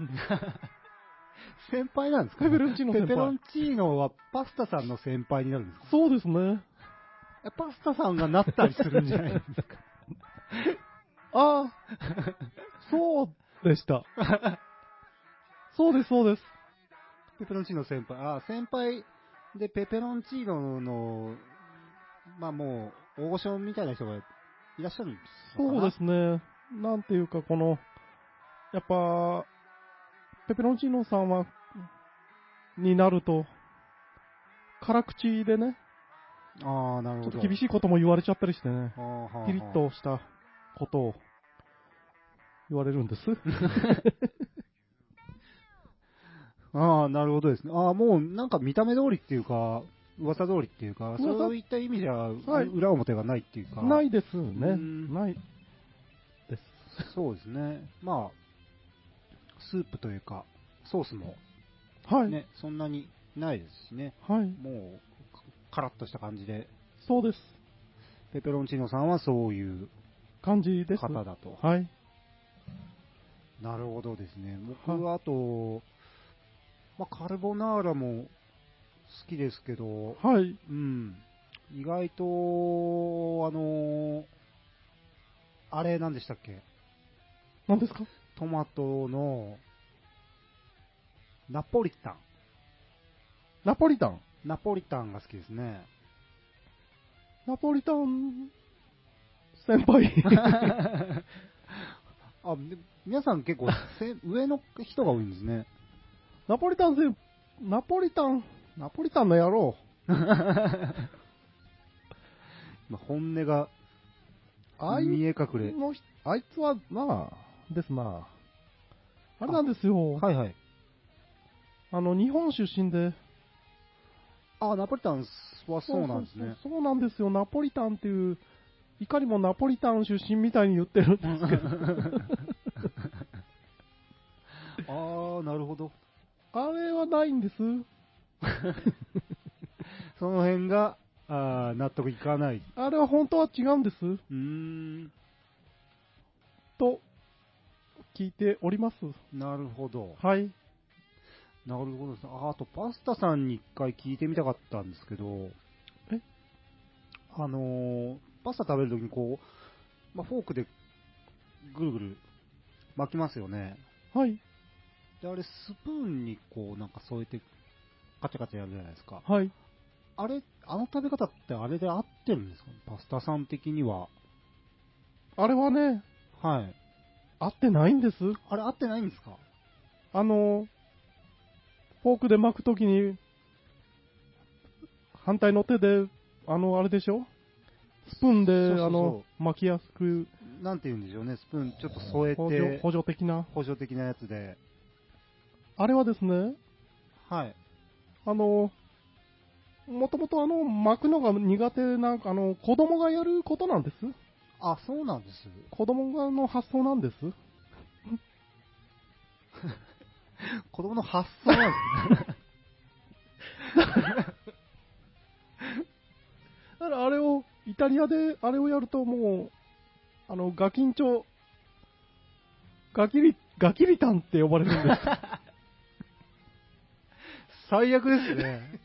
Speaker 1: 先輩なんですか
Speaker 2: ペペロンチーノ先
Speaker 1: ペペロ
Speaker 2: 輩
Speaker 1: ン。チーノはパスタさんの先輩になるんですか
Speaker 2: そうですね。
Speaker 1: えパスタさんがなったりするんじゃない ですか
Speaker 2: ああ、そうで した。そうです、そうです。
Speaker 1: ペペロンチーノ先輩。あ、先輩でペペロンチーノの、まあもう、大御所みたいな人がいらっしゃるんです
Speaker 2: そうですね。なんていうか、この、やっぱ、ペペロンチーノさんは、になると、辛口でね、
Speaker 1: す。ああ、なる
Speaker 2: ち
Speaker 1: ほ
Speaker 2: ょっ
Speaker 1: ど。
Speaker 2: と厳
Speaker 1: い。
Speaker 2: しいことも言われちゃったりしてね、
Speaker 1: はあはあはあ
Speaker 2: ピリッ。としたことを言われるんです。
Speaker 1: ああ、なるほどですね。ああ、もうなんか見た目通りっていうか、噂通りっていうか、
Speaker 2: 噂
Speaker 1: そういった意味じゃ、
Speaker 2: い
Speaker 1: 裏表がないっていうか。
Speaker 2: ないです
Speaker 1: う
Speaker 2: ね。
Speaker 1: ん
Speaker 2: ないです。
Speaker 1: そうですね。まあ、スープというか、ソースも
Speaker 2: はい。
Speaker 1: ね、そんなにないですしね。
Speaker 2: はい。
Speaker 1: もう、カラッとした感じで、
Speaker 2: そうです。
Speaker 1: ペペロンチーノさんはそういう
Speaker 2: 感じです。
Speaker 1: 方だと。
Speaker 2: はい。
Speaker 1: なるほどですね。僕はあと、まあ、カルボナーラも好きですけど、
Speaker 2: はい。
Speaker 1: うん、意外と、あのーあれ何でしたっけ
Speaker 2: 何ですか
Speaker 1: トマトの、ナポリタン。
Speaker 2: ナポリタン。
Speaker 1: ナポリタンが好きです ね。
Speaker 2: ナポリタン、先 輩。
Speaker 1: あ、で皆さん結構せ上の人が多いんですね。
Speaker 2: ナポリタン先、ナポリタン、ナポリタンの野郎。
Speaker 1: まあ本音が
Speaker 2: あ
Speaker 1: 見
Speaker 2: い
Speaker 1: え隠れ。
Speaker 2: の人、あいつは、なあ、ですな。あれなんですよ。
Speaker 1: はいはい。
Speaker 2: あの、日本出身で。
Speaker 1: あ、ナポリタンはそうなんですね。
Speaker 2: そうそうそうなんですよ。ナポリタンっていう、いかにもナポリタン出身みたいに言ってるんです けど。
Speaker 1: ああ、なるほど。
Speaker 2: あれはないんです。
Speaker 1: その辺が、あー納得いかない。
Speaker 2: あれは本当は違うんです。
Speaker 1: うーん、
Speaker 2: と、聞いております。
Speaker 1: なるほど。
Speaker 2: はい。
Speaker 1: なるほどですね。ああと、パスタさんに一回聞いてみたかったんですけど、
Speaker 2: え
Speaker 1: あのーパスタ食べるときにこう、まあ、フォークでぐるぐる巻きますよね。
Speaker 2: はい。
Speaker 1: で、あれ、スプーンにこう、なんか添えて、カチャカチャやるじゃないですか。
Speaker 2: はい。
Speaker 1: あれ、あの食べ方ってあれで合ってるんですかねパスタさん的には。
Speaker 2: あれはね、
Speaker 1: はい。
Speaker 2: 合ってないんです。
Speaker 1: あれ合ってないんですか
Speaker 2: あの、フォークで巻くときに、反対の手で、あの、あれでしょスプーンで、
Speaker 1: そうそうそう
Speaker 2: あの、巻きやすく、
Speaker 1: なんて言うんでしょうね、スプーンちょっと添え
Speaker 2: 補助
Speaker 1: て、
Speaker 2: 補助的な。
Speaker 1: 補助的なやつで。
Speaker 2: あれはですね、
Speaker 1: はい。
Speaker 2: あの、もともとあの、巻くのが苦手なんか、あの、子供がやることなんです。
Speaker 1: あ、そうなんです。
Speaker 2: 子供がの発想なんです。
Speaker 1: 子供の発想なん
Speaker 2: だからあれを、イタリアであれをやるともう、あの、ガキンチョ、ガキリ、ガキリタンって呼ばれるんです。最悪です ね。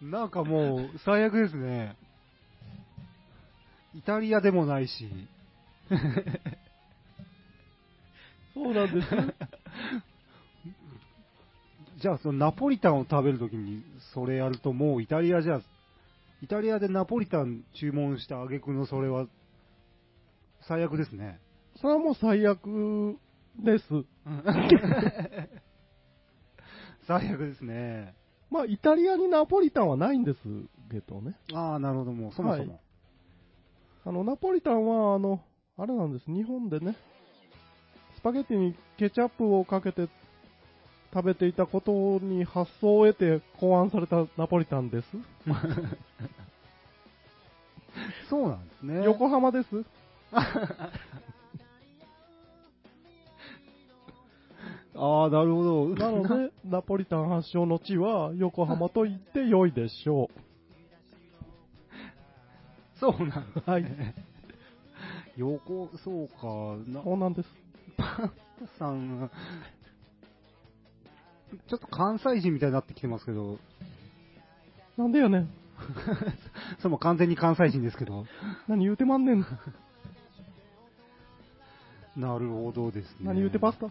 Speaker 1: なんかもう、最悪ですね。イタリアでもない し。
Speaker 2: そうなんです。
Speaker 1: じゃあ、そのナポリタンを食べるときに、それやるともうイタリアじゃ、イタリアでナポリタン注文した挙句のそれは、最悪ですね。
Speaker 2: それはもう最悪です。
Speaker 1: 最悪ですね。
Speaker 2: まあ、イタリアにナポリタンはないんですけどね。
Speaker 1: ああ、なるほど、もう、そもそも。
Speaker 2: あの、ナポリタンは、あの、あれなんです。日本でね、スパゲティにケチャップをかけて食べていたことに発想を得て考案されたナポリタンです。
Speaker 1: そうなんですね。
Speaker 2: 横浜です。
Speaker 1: ああ、なるほど。
Speaker 2: なので、ナポリタン発祥の地は横浜と言って良いでしょ
Speaker 1: そうなん
Speaker 2: う。はい。
Speaker 1: 横、そうか、な
Speaker 2: そうなんです。
Speaker 1: パンタさんは、ちょっと関西人みたいになってきてますけど、
Speaker 2: なんでやねん。
Speaker 1: それも完全に関西人ですけど。
Speaker 2: 何言うてまんねん。
Speaker 1: なるほどですね。
Speaker 2: 何言うてパスタ。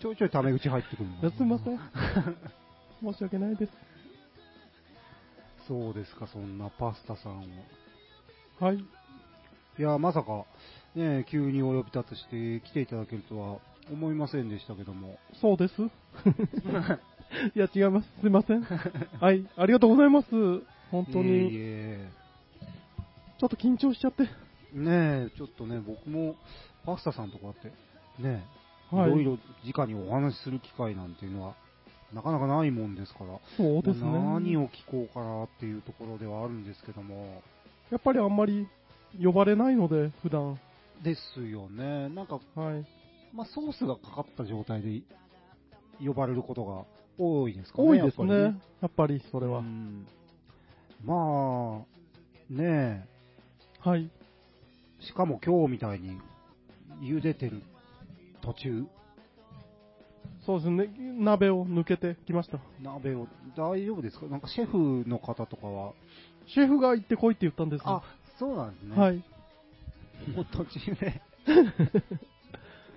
Speaker 1: ちょいちょいタメ口入ってくる
Speaker 2: い
Speaker 1: の
Speaker 2: やすいません。申し訳ないです。
Speaker 1: そうですか、そんなパスタさんを。
Speaker 2: はい。
Speaker 1: いや、まさか、ね、急にお呼び立てして来ていただけるとは思いませんでしたけども。
Speaker 2: そうです。 いや、違います。すいません。はい。ありがとうございます。本当
Speaker 1: いえ
Speaker 2: に。
Speaker 1: いえ
Speaker 2: ちょっと緊張しちゃって。
Speaker 1: ねえ、ちょっとね、僕もパスタさんとかって、ねえ、、
Speaker 2: はい
Speaker 1: ろい
Speaker 2: い。
Speaker 1: ろ直にお話しする機会なんていうのは、なかなかないもんですから、
Speaker 2: そうですね。
Speaker 1: 何を聞こうかなっていうところではあるんですけども、
Speaker 2: やっぱりあんまり呼ばれないので、普段。
Speaker 1: ですよね、なんか、
Speaker 2: はい。
Speaker 1: まあ、ソースがかかった状態で呼ばれることが多いですかね、
Speaker 2: 多いです
Speaker 1: やっぱり
Speaker 2: ね。やっぱり、それ
Speaker 1: う
Speaker 2: は。
Speaker 1: んまあ、ね
Speaker 2: はい。
Speaker 1: え、しかも今日みたいに、茹でてる途中、
Speaker 2: そうですね。鍋を抜けてきました。
Speaker 1: 鍋を大丈夫ですかなんかシェフの方とかは、
Speaker 2: シェフが行ってこいって言ったんです。
Speaker 1: あそうなんですね、
Speaker 2: はい。
Speaker 1: もう途中で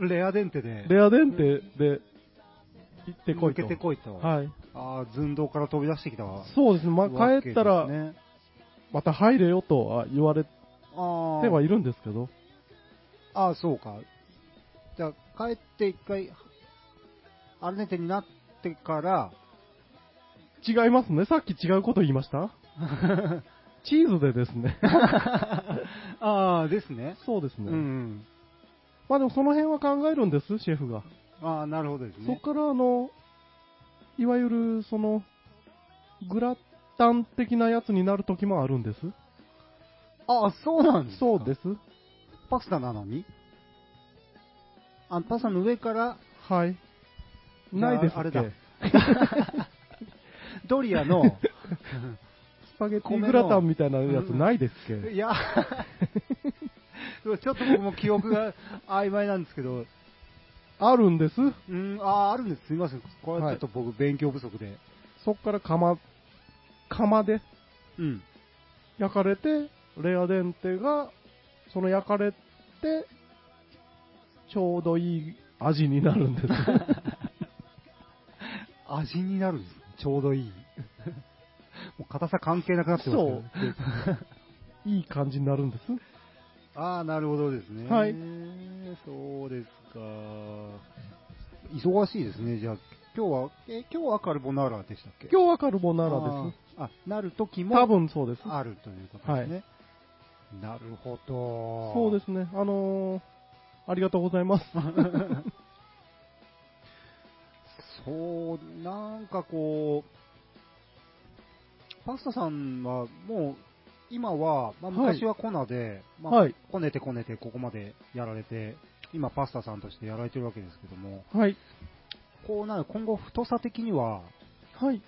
Speaker 1: レアデンテで
Speaker 2: レアデンテで行ってこ
Speaker 1: 抜
Speaker 2: いと。
Speaker 1: けてこいと、
Speaker 2: はい。
Speaker 1: あー寸胴から飛び出してきたわ
Speaker 2: そうですね。まあ、帰った
Speaker 1: わ
Speaker 2: ら
Speaker 1: け、ですね
Speaker 2: また入れよとは言われて
Speaker 1: あー
Speaker 2: はいるんですけど。
Speaker 1: あーそうかじゃあ帰って一回アルネテになってから
Speaker 2: 違いますね。さっき違うこと言いましたチーズでですね。
Speaker 1: ああですね
Speaker 2: そうです
Speaker 1: うん、
Speaker 2: ね。
Speaker 1: うん、
Speaker 2: まあでもその辺は考えるんです、シェフが。
Speaker 1: ああなるほどです
Speaker 2: そっ
Speaker 1: ね
Speaker 2: からあの、いわゆるその、グラタン的なやつになる時もあるんです。
Speaker 1: ああそうなんですか
Speaker 2: そうです。
Speaker 1: パスタなのにあパスタの上から
Speaker 2: はい。ないです
Speaker 1: あ
Speaker 2: っ
Speaker 1: れ
Speaker 2: け
Speaker 1: だドリア の
Speaker 2: スパゲッティグラタンみたいなやつないですっけ、
Speaker 1: いや、ちょっと僕も記憶が曖昧なんですけど、
Speaker 2: あるんです。
Speaker 1: うん、あーあるんです、すみません、これは
Speaker 2: は
Speaker 1: ちょ
Speaker 2: い
Speaker 1: っと僕、勉強不足で、
Speaker 2: そっから釜、釜で
Speaker 1: うん、
Speaker 2: 焼かれて、レアデンテが、その焼かれて、ちょうどいい味になる んです。
Speaker 1: 味になるんです、ちょうどいい、 もう硬さ関係なくなってますけど、
Speaker 2: そう。いい感じになるんです。
Speaker 1: ああ、なるほどですね、
Speaker 2: はい
Speaker 1: そうですか、忙しいですね、じゃあ、今日は、え今日はカルボナーラでしたっけ
Speaker 2: 今日はカルボナーラで
Speaker 1: あーあなる時
Speaker 2: す。多
Speaker 1: も
Speaker 2: 分そうです。
Speaker 1: あるということですね。なるほど。
Speaker 2: そうですね。あのー、ありがとうございます。
Speaker 1: そう、なんかこう、パスタさんはもう、今は、まあ、
Speaker 2: はい
Speaker 1: 昔はコナで、まあ
Speaker 2: はい。
Speaker 1: こねてこねてここまでやられて、今パスタさんとしてやられてるわけですけども、
Speaker 2: はい。
Speaker 1: こうなる、今後太さ的には、
Speaker 2: はい。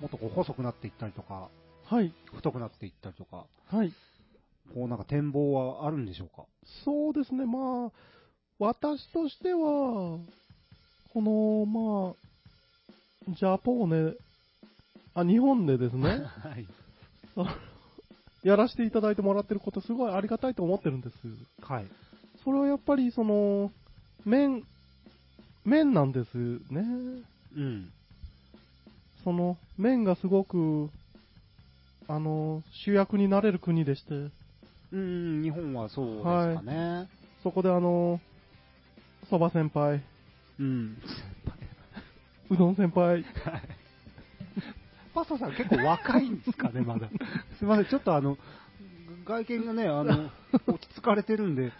Speaker 1: もっとこう細くなっていったりとか、
Speaker 2: はい。
Speaker 1: 太くなっていったりとか、
Speaker 2: はい。
Speaker 1: こうなんか展望はあるんでしょうか、
Speaker 2: そうですね、まあ、私としては、この、まあ、ジャポーネ、あ、日本でですね
Speaker 1: はい。
Speaker 2: あやらせていただいてもらってること、すごいありがたいと思ってるんです。
Speaker 1: はい。
Speaker 2: それはやっぱり、その、面、面なんですね。
Speaker 1: うん。
Speaker 2: その、面がすごく、あの、主役になれる国でして、
Speaker 1: うん、日本はそうですかね。
Speaker 2: そこであの、そば先輩、
Speaker 1: うん。
Speaker 2: うどん先輩、
Speaker 1: パサさん結構若いんですかね、ま だ。すいません、ちょっとあの、外見がね、あ の、落ち着かれてるんで、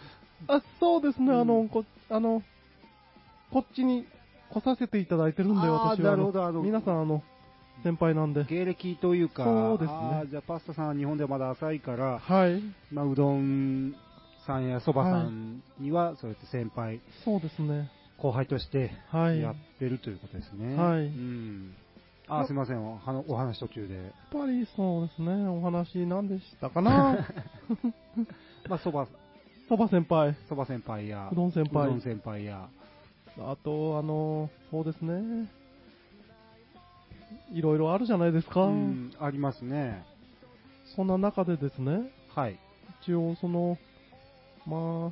Speaker 2: あ、そうですね、
Speaker 1: うん
Speaker 2: あの、こ、あの、こっちに来させていただいてるんで、
Speaker 1: あー
Speaker 2: 私は。
Speaker 1: なるほどあの
Speaker 2: 皆さん、あの、先輩なんで。
Speaker 1: 芸歴というか、
Speaker 2: そうですね
Speaker 1: あーじゃあパスタさんは日本ではまだ浅いから、
Speaker 2: はい。
Speaker 1: まあ、うどんさんやそばさんには、そうやって先輩、
Speaker 2: そうですね。
Speaker 1: 後輩として
Speaker 2: はい。
Speaker 1: や
Speaker 2: や
Speaker 1: っ
Speaker 2: って
Speaker 1: るということですね。
Speaker 2: はい
Speaker 1: うん。あー、すいません、お話お話途中で。
Speaker 2: ぱりそうですね、お話何でしたか な
Speaker 1: まあ、そば、
Speaker 2: そば先輩、
Speaker 1: そば先輩や、
Speaker 2: うどん先
Speaker 1: うど
Speaker 2: 輩
Speaker 1: ん、先輩や、
Speaker 2: あと、あの、そうですね、いろいろあるじゃないですか。
Speaker 1: うん、ありますね。
Speaker 2: そんな中でですね、
Speaker 1: はい。
Speaker 2: 一応その、まあ、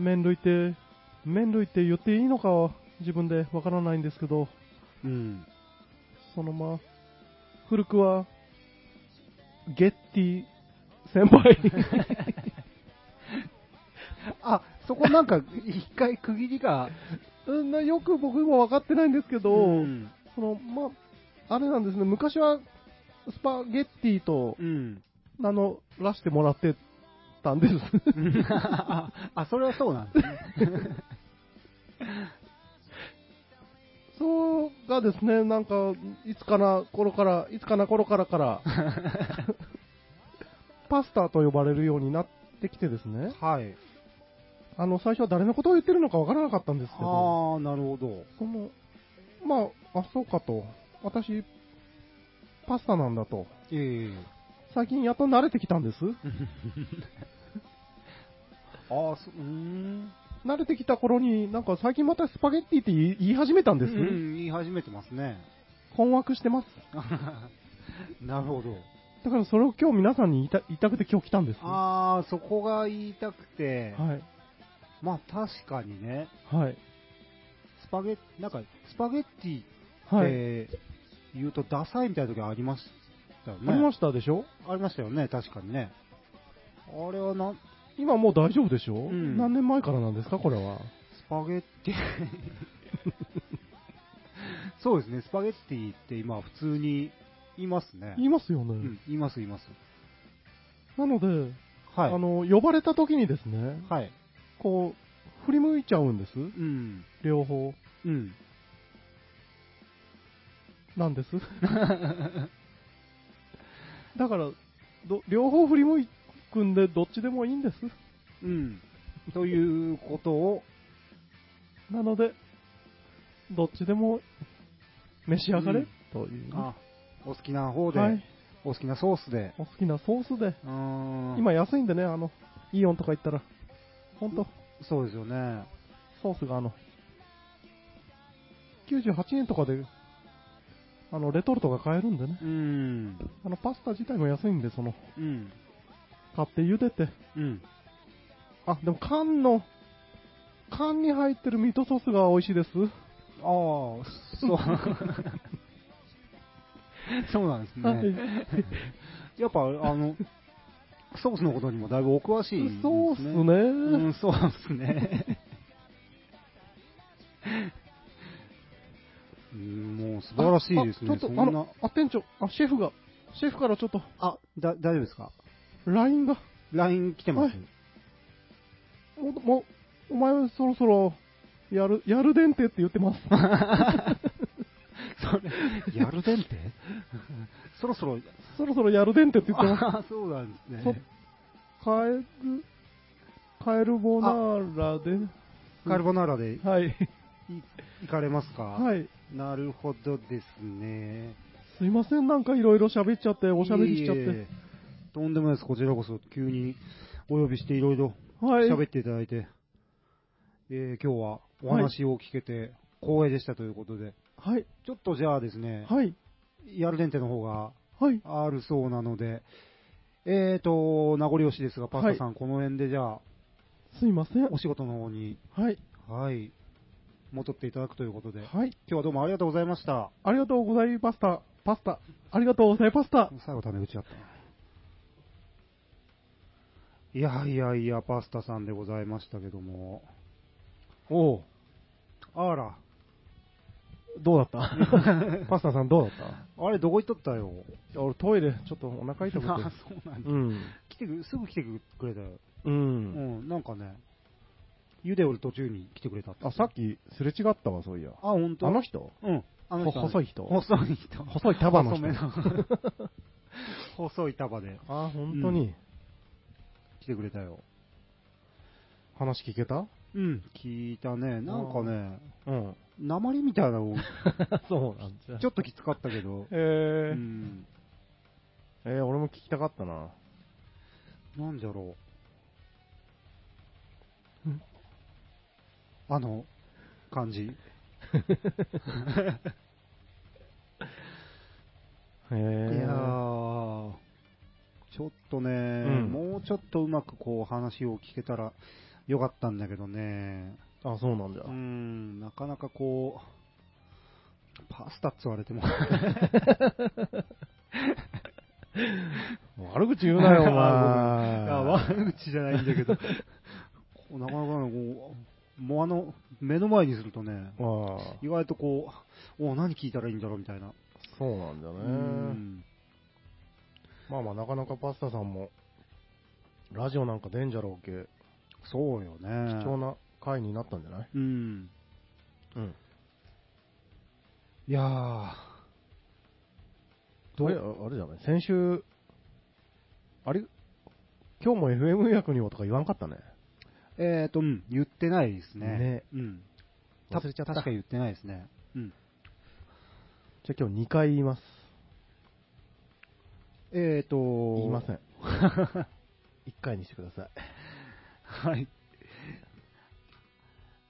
Speaker 2: 麺類って、麺類って言っていいのかは自分でわからないんですけど、
Speaker 1: うん。
Speaker 2: そのまあ、古くは、ゲッティ先輩
Speaker 1: あ、そこなんか、 一回区切りが、
Speaker 2: うんなよく僕も分かってないんですけど、
Speaker 1: うん。
Speaker 2: そのまあ、あれなんですね、昔はスパゲッティと
Speaker 1: うん。
Speaker 2: 名乗らしてもらってたんです。
Speaker 1: あ、あそれはそうなんですね。
Speaker 2: そうがですね、なんか、いつかな頃から、いつかな頃か らから、パスタと呼ばれるようになってきてですね、
Speaker 1: はい。
Speaker 2: あの、最初は誰のことを言ってるのかわからなかったんですけど、
Speaker 1: ああ、なるほど。
Speaker 2: その、まあ、あ、そうかと、私、パスタなんだと、
Speaker 1: ええ
Speaker 2: 最近やっと慣れてきたんで す。
Speaker 1: ああ、そうーん。
Speaker 2: 慣れてきた頃に、なんか最近またスパゲッティって言い言い始めたん
Speaker 1: う
Speaker 2: です。
Speaker 1: ん、言い始めてます ね。
Speaker 2: 困惑してます。
Speaker 1: なるほど。
Speaker 2: だからそれを今日皆さんに言いた言いたくて今日来たんです。は
Speaker 1: ああ、そこが言いたくて、
Speaker 2: い。
Speaker 1: まあ確かにね、
Speaker 2: はい。
Speaker 1: スパゲッ、なんか、スパゲッティっ
Speaker 2: はい。
Speaker 1: て言うとダサいみたいな時ありましたよね。
Speaker 2: ありましたでしょ
Speaker 1: ありましたよね、確かにね。あれはなん、ス
Speaker 2: 今もう大丈夫でしょ、
Speaker 1: ん
Speaker 2: 何年前からなんですかこれは。
Speaker 1: パゲッ ティ。そうですね、スパゲッティって今普通に言いますね。
Speaker 2: 言いますよね。
Speaker 1: うん、言います言います。
Speaker 2: なので、
Speaker 1: はい。
Speaker 2: あの、呼ばれた時にですね、
Speaker 1: はい。
Speaker 2: こう、振り向いちゃうんです。
Speaker 1: うん。
Speaker 2: 両方。
Speaker 1: うん。
Speaker 2: な んです。だから、ど両方振り向くんで、どっちでもいいんです。
Speaker 1: うん。ということを、
Speaker 2: なので、どっちでも召し上がれ、
Speaker 1: うん
Speaker 2: というね、
Speaker 1: あ、お好きな方で、
Speaker 2: はい。
Speaker 1: お好きなソースで、
Speaker 2: お好きなソースで。
Speaker 1: うーん。
Speaker 2: 今安いんでね、あの、イオンとか行ったら、ほんと、
Speaker 1: そうですよね。
Speaker 2: ソースがあの、98円とかで、あの、レトルトが買えるんでね。
Speaker 1: うん。
Speaker 2: あの、パスタ自体も安いんで、その、
Speaker 1: うん。
Speaker 2: 買って茹でて。
Speaker 1: うん。
Speaker 2: あ、でも缶の、缶に入ってるミートソースが美味しいです。
Speaker 1: ああ、そう。 そうなんです
Speaker 2: はい
Speaker 1: ね。やっぱ、あの、ソースのことにもだいぶお詳しいんです、ね。
Speaker 2: そうっすね。
Speaker 1: うん、そうですね。うんもう素晴らしいですね。
Speaker 2: あちょ
Speaker 1: そ
Speaker 2: っ
Speaker 1: ん
Speaker 2: と、あ
Speaker 1: な
Speaker 2: の、あ、店長、あ、シェフが、シェフからちょっと、
Speaker 1: あ、だ、大丈夫ですか
Speaker 2: LINE が、
Speaker 1: ?LINE 来てます、
Speaker 2: はいも、も、お前はそろそろ、やる、やるでんてって言ってます。
Speaker 1: それ、やるでんてそろそろ、
Speaker 2: そろそろやるでんてって言ってます。
Speaker 1: あそうなんです
Speaker 2: そ
Speaker 1: ね。
Speaker 2: カエル、カエルボナーラで、
Speaker 1: カルボナーラでい
Speaker 2: はい。
Speaker 1: 行かれますか
Speaker 2: はい。
Speaker 1: なるほどですね。
Speaker 2: すいません、なんかいろいろ喋っちゃって、おしゃべりしちゃって。
Speaker 1: いえいえとんでもないです、こちらこそ、急にお呼びしていろいろ
Speaker 2: はい。
Speaker 1: 喋っていただいて、えー今日はお話を聞けて光栄でしたということで、
Speaker 2: はい。
Speaker 1: ちょっとじゃあですね、
Speaker 2: はい。
Speaker 1: ヤルデンテの方が
Speaker 2: はい。
Speaker 1: あるそうなので、えーと、名残惜しいですが、パスタさん、この辺でじゃあ、
Speaker 2: すいません。
Speaker 1: お仕事の方に、
Speaker 2: はい。
Speaker 1: はい、戻っていただくということで、今
Speaker 2: はい。
Speaker 1: 日はどうもありがとうございました。
Speaker 2: ありがとうございました。パスタ。ありがとうございました。
Speaker 1: 最後、タメ口だったな。いやいやいや、パスタさんでございましたけども。おう。あ ら。
Speaker 6: どうだった パスタさんどうだっ
Speaker 1: あれ、どこ行っとったよ。
Speaker 2: いや俺トイレ、ちょっとお腹痛く
Speaker 1: あ
Speaker 2: て。
Speaker 1: そうなんだ。
Speaker 6: うん。
Speaker 1: 来てく、すぐ来てくれたよ。
Speaker 6: う。
Speaker 1: うんん、なんかね、ゆでおる途中に来てくれたって
Speaker 2: あ、さっきすれ違ったわ、そういや。
Speaker 1: あ、本当。
Speaker 2: あの人
Speaker 1: うん。あの人、
Speaker 6: 細
Speaker 1: い
Speaker 6: い人。
Speaker 1: 細い人。
Speaker 6: 細い束の人
Speaker 1: 細め 細い束で
Speaker 2: あ、本当に。
Speaker 1: 来てくれたよ。
Speaker 2: 話聞けた
Speaker 1: うん、聞いたね。なんかね、
Speaker 2: うん。、
Speaker 1: 鉛みたいな のを
Speaker 6: そうなんじゃ
Speaker 1: ちょっときつかったけど
Speaker 2: え
Speaker 1: う
Speaker 2: ー
Speaker 1: ん、
Speaker 2: えー、俺も聞きたかったな。
Speaker 1: なんじゃろう
Speaker 2: うん。
Speaker 1: あの、感じ。
Speaker 2: へ
Speaker 1: い
Speaker 2: え
Speaker 1: やー、ちょっとね、
Speaker 2: ん
Speaker 1: もうちょっとうまくこう話を聞けたらよかったんだけどね。
Speaker 2: あ、そうなんだ
Speaker 1: う。ん、なかなかこう、パスタっつわれても。
Speaker 2: 悪口言うな よ、お前。
Speaker 1: いや 悪口じゃないんだけど、こうなかなかね、こう、もうあの、目の前にするとね、
Speaker 2: ああ、
Speaker 1: 意外とこう、お何聞いたらいいんだろうみたいな。
Speaker 2: そうなんだ
Speaker 1: う
Speaker 2: ね。
Speaker 1: ん
Speaker 2: まあまあ、なかなかパスタさんも、ラジオなんか出んじゃろうけ、
Speaker 1: そうよ
Speaker 2: 貴重
Speaker 1: ね。
Speaker 2: な回になったんじゃない
Speaker 1: うん。
Speaker 2: うん。
Speaker 1: いやー、
Speaker 2: どうああれじゃない先週、あれ今日も FM 役にもとか言わんかったね。
Speaker 1: えっ、ー、と、うん、言ってないですね。
Speaker 2: ね
Speaker 1: うん。
Speaker 2: 忘れちゃった
Speaker 1: 確か言ってないですね。うん。
Speaker 2: じゃあ今日2回言います。
Speaker 1: えっ、ー、と、
Speaker 2: 言
Speaker 1: 言
Speaker 2: いませ
Speaker 1: ん。
Speaker 2: ん。1回にしてください。
Speaker 1: はい。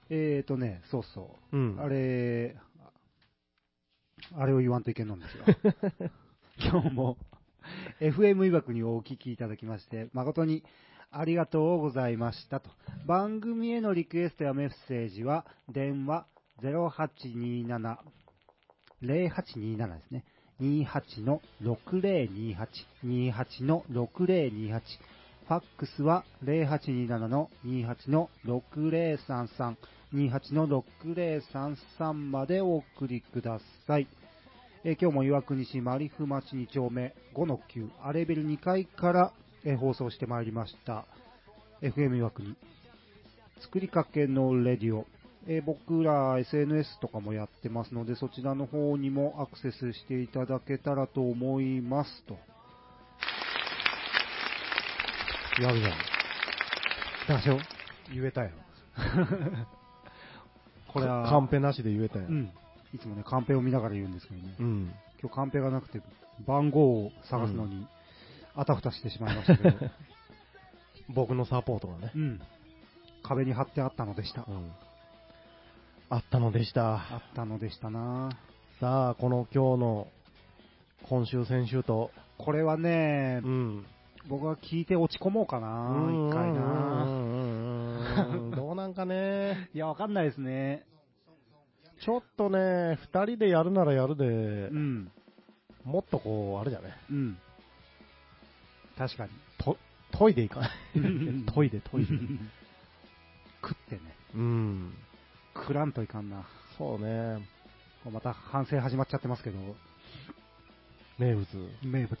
Speaker 1: えっ、ー、とね、そうそう。
Speaker 2: うん
Speaker 1: あれ、あれを言わんといけんのですよ。 今日も FM いわくにお聞きいただきまして、誠にありがとうございましたと。番組へのリクエストやメッセージは、電話0827、0827ですね。28の6028、28の6028。ファックスは0827の28の6033。28の6033までお送りください。えー今日も岩国市マリフ町2丁目5の9アレベル2階から、えー放送してまいりました FM 岩国作りかけのレディオ、えー僕ら SNS とかもやってますのでそちらの方にもアクセスしていただけたらと思いますと
Speaker 2: やるじゃん。
Speaker 1: 多少
Speaker 2: 言えたやん。
Speaker 1: これは
Speaker 2: カンペなしで言えたや。
Speaker 1: うんんいつもねカンペを見ながら言うんですけどね
Speaker 2: うん。
Speaker 1: 今日カンペがなくて番号を探すのにあたふたしてしまいましたけど、
Speaker 2: 僕のサポートがね
Speaker 1: う。ん、壁に貼ってあったのでした、
Speaker 2: うん。あったのでした。
Speaker 1: あったのでしたな
Speaker 2: さあ、この今日の、今週、先週と、
Speaker 1: これはね、
Speaker 2: ん。
Speaker 1: 僕は聞いて落ち込もうかな一回な
Speaker 2: な。どうなんかね。
Speaker 1: いやわかんないですね
Speaker 2: ちょっとね、二人でやるならやるで、
Speaker 1: うん
Speaker 2: もっとこう、あれじゃね、
Speaker 1: うん確 かに
Speaker 2: と、研いでいかない。研いで研いで。
Speaker 1: 食ってね
Speaker 2: うん。
Speaker 1: 食らんといかんな
Speaker 2: そうね、
Speaker 1: また反省始まっちゃってますけど
Speaker 2: 名物。
Speaker 1: 名物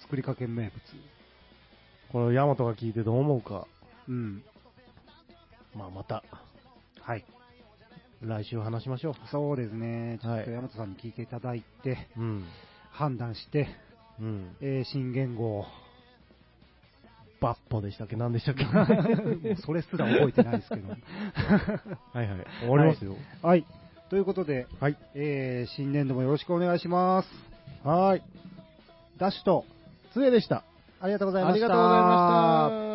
Speaker 1: 作りかけ名物
Speaker 2: これをヤマトが聞いてどう思うか。
Speaker 1: うん
Speaker 2: まあ、また、
Speaker 1: はい
Speaker 2: 来週話しましょ
Speaker 1: そうですねちょっと
Speaker 2: はい
Speaker 1: 大和さんに聞いていただいて、
Speaker 2: う。うん。
Speaker 1: 判断して、
Speaker 2: うん。
Speaker 1: えー新元号を
Speaker 2: バッポでしたっけ何でしたっ け
Speaker 1: もうそれすら覚えてないですけど。
Speaker 2: はいはい。終わりますよ。
Speaker 1: はい。ということで、
Speaker 2: はい。
Speaker 1: えー新年度もよろしくお願いします。
Speaker 2: はーい。
Speaker 1: ダッシュと、
Speaker 2: つえでした。
Speaker 4: あ
Speaker 1: あ
Speaker 4: りがとうござい
Speaker 7: あ
Speaker 4: ま
Speaker 7: り
Speaker 4: した。
Speaker 7: がとうございました。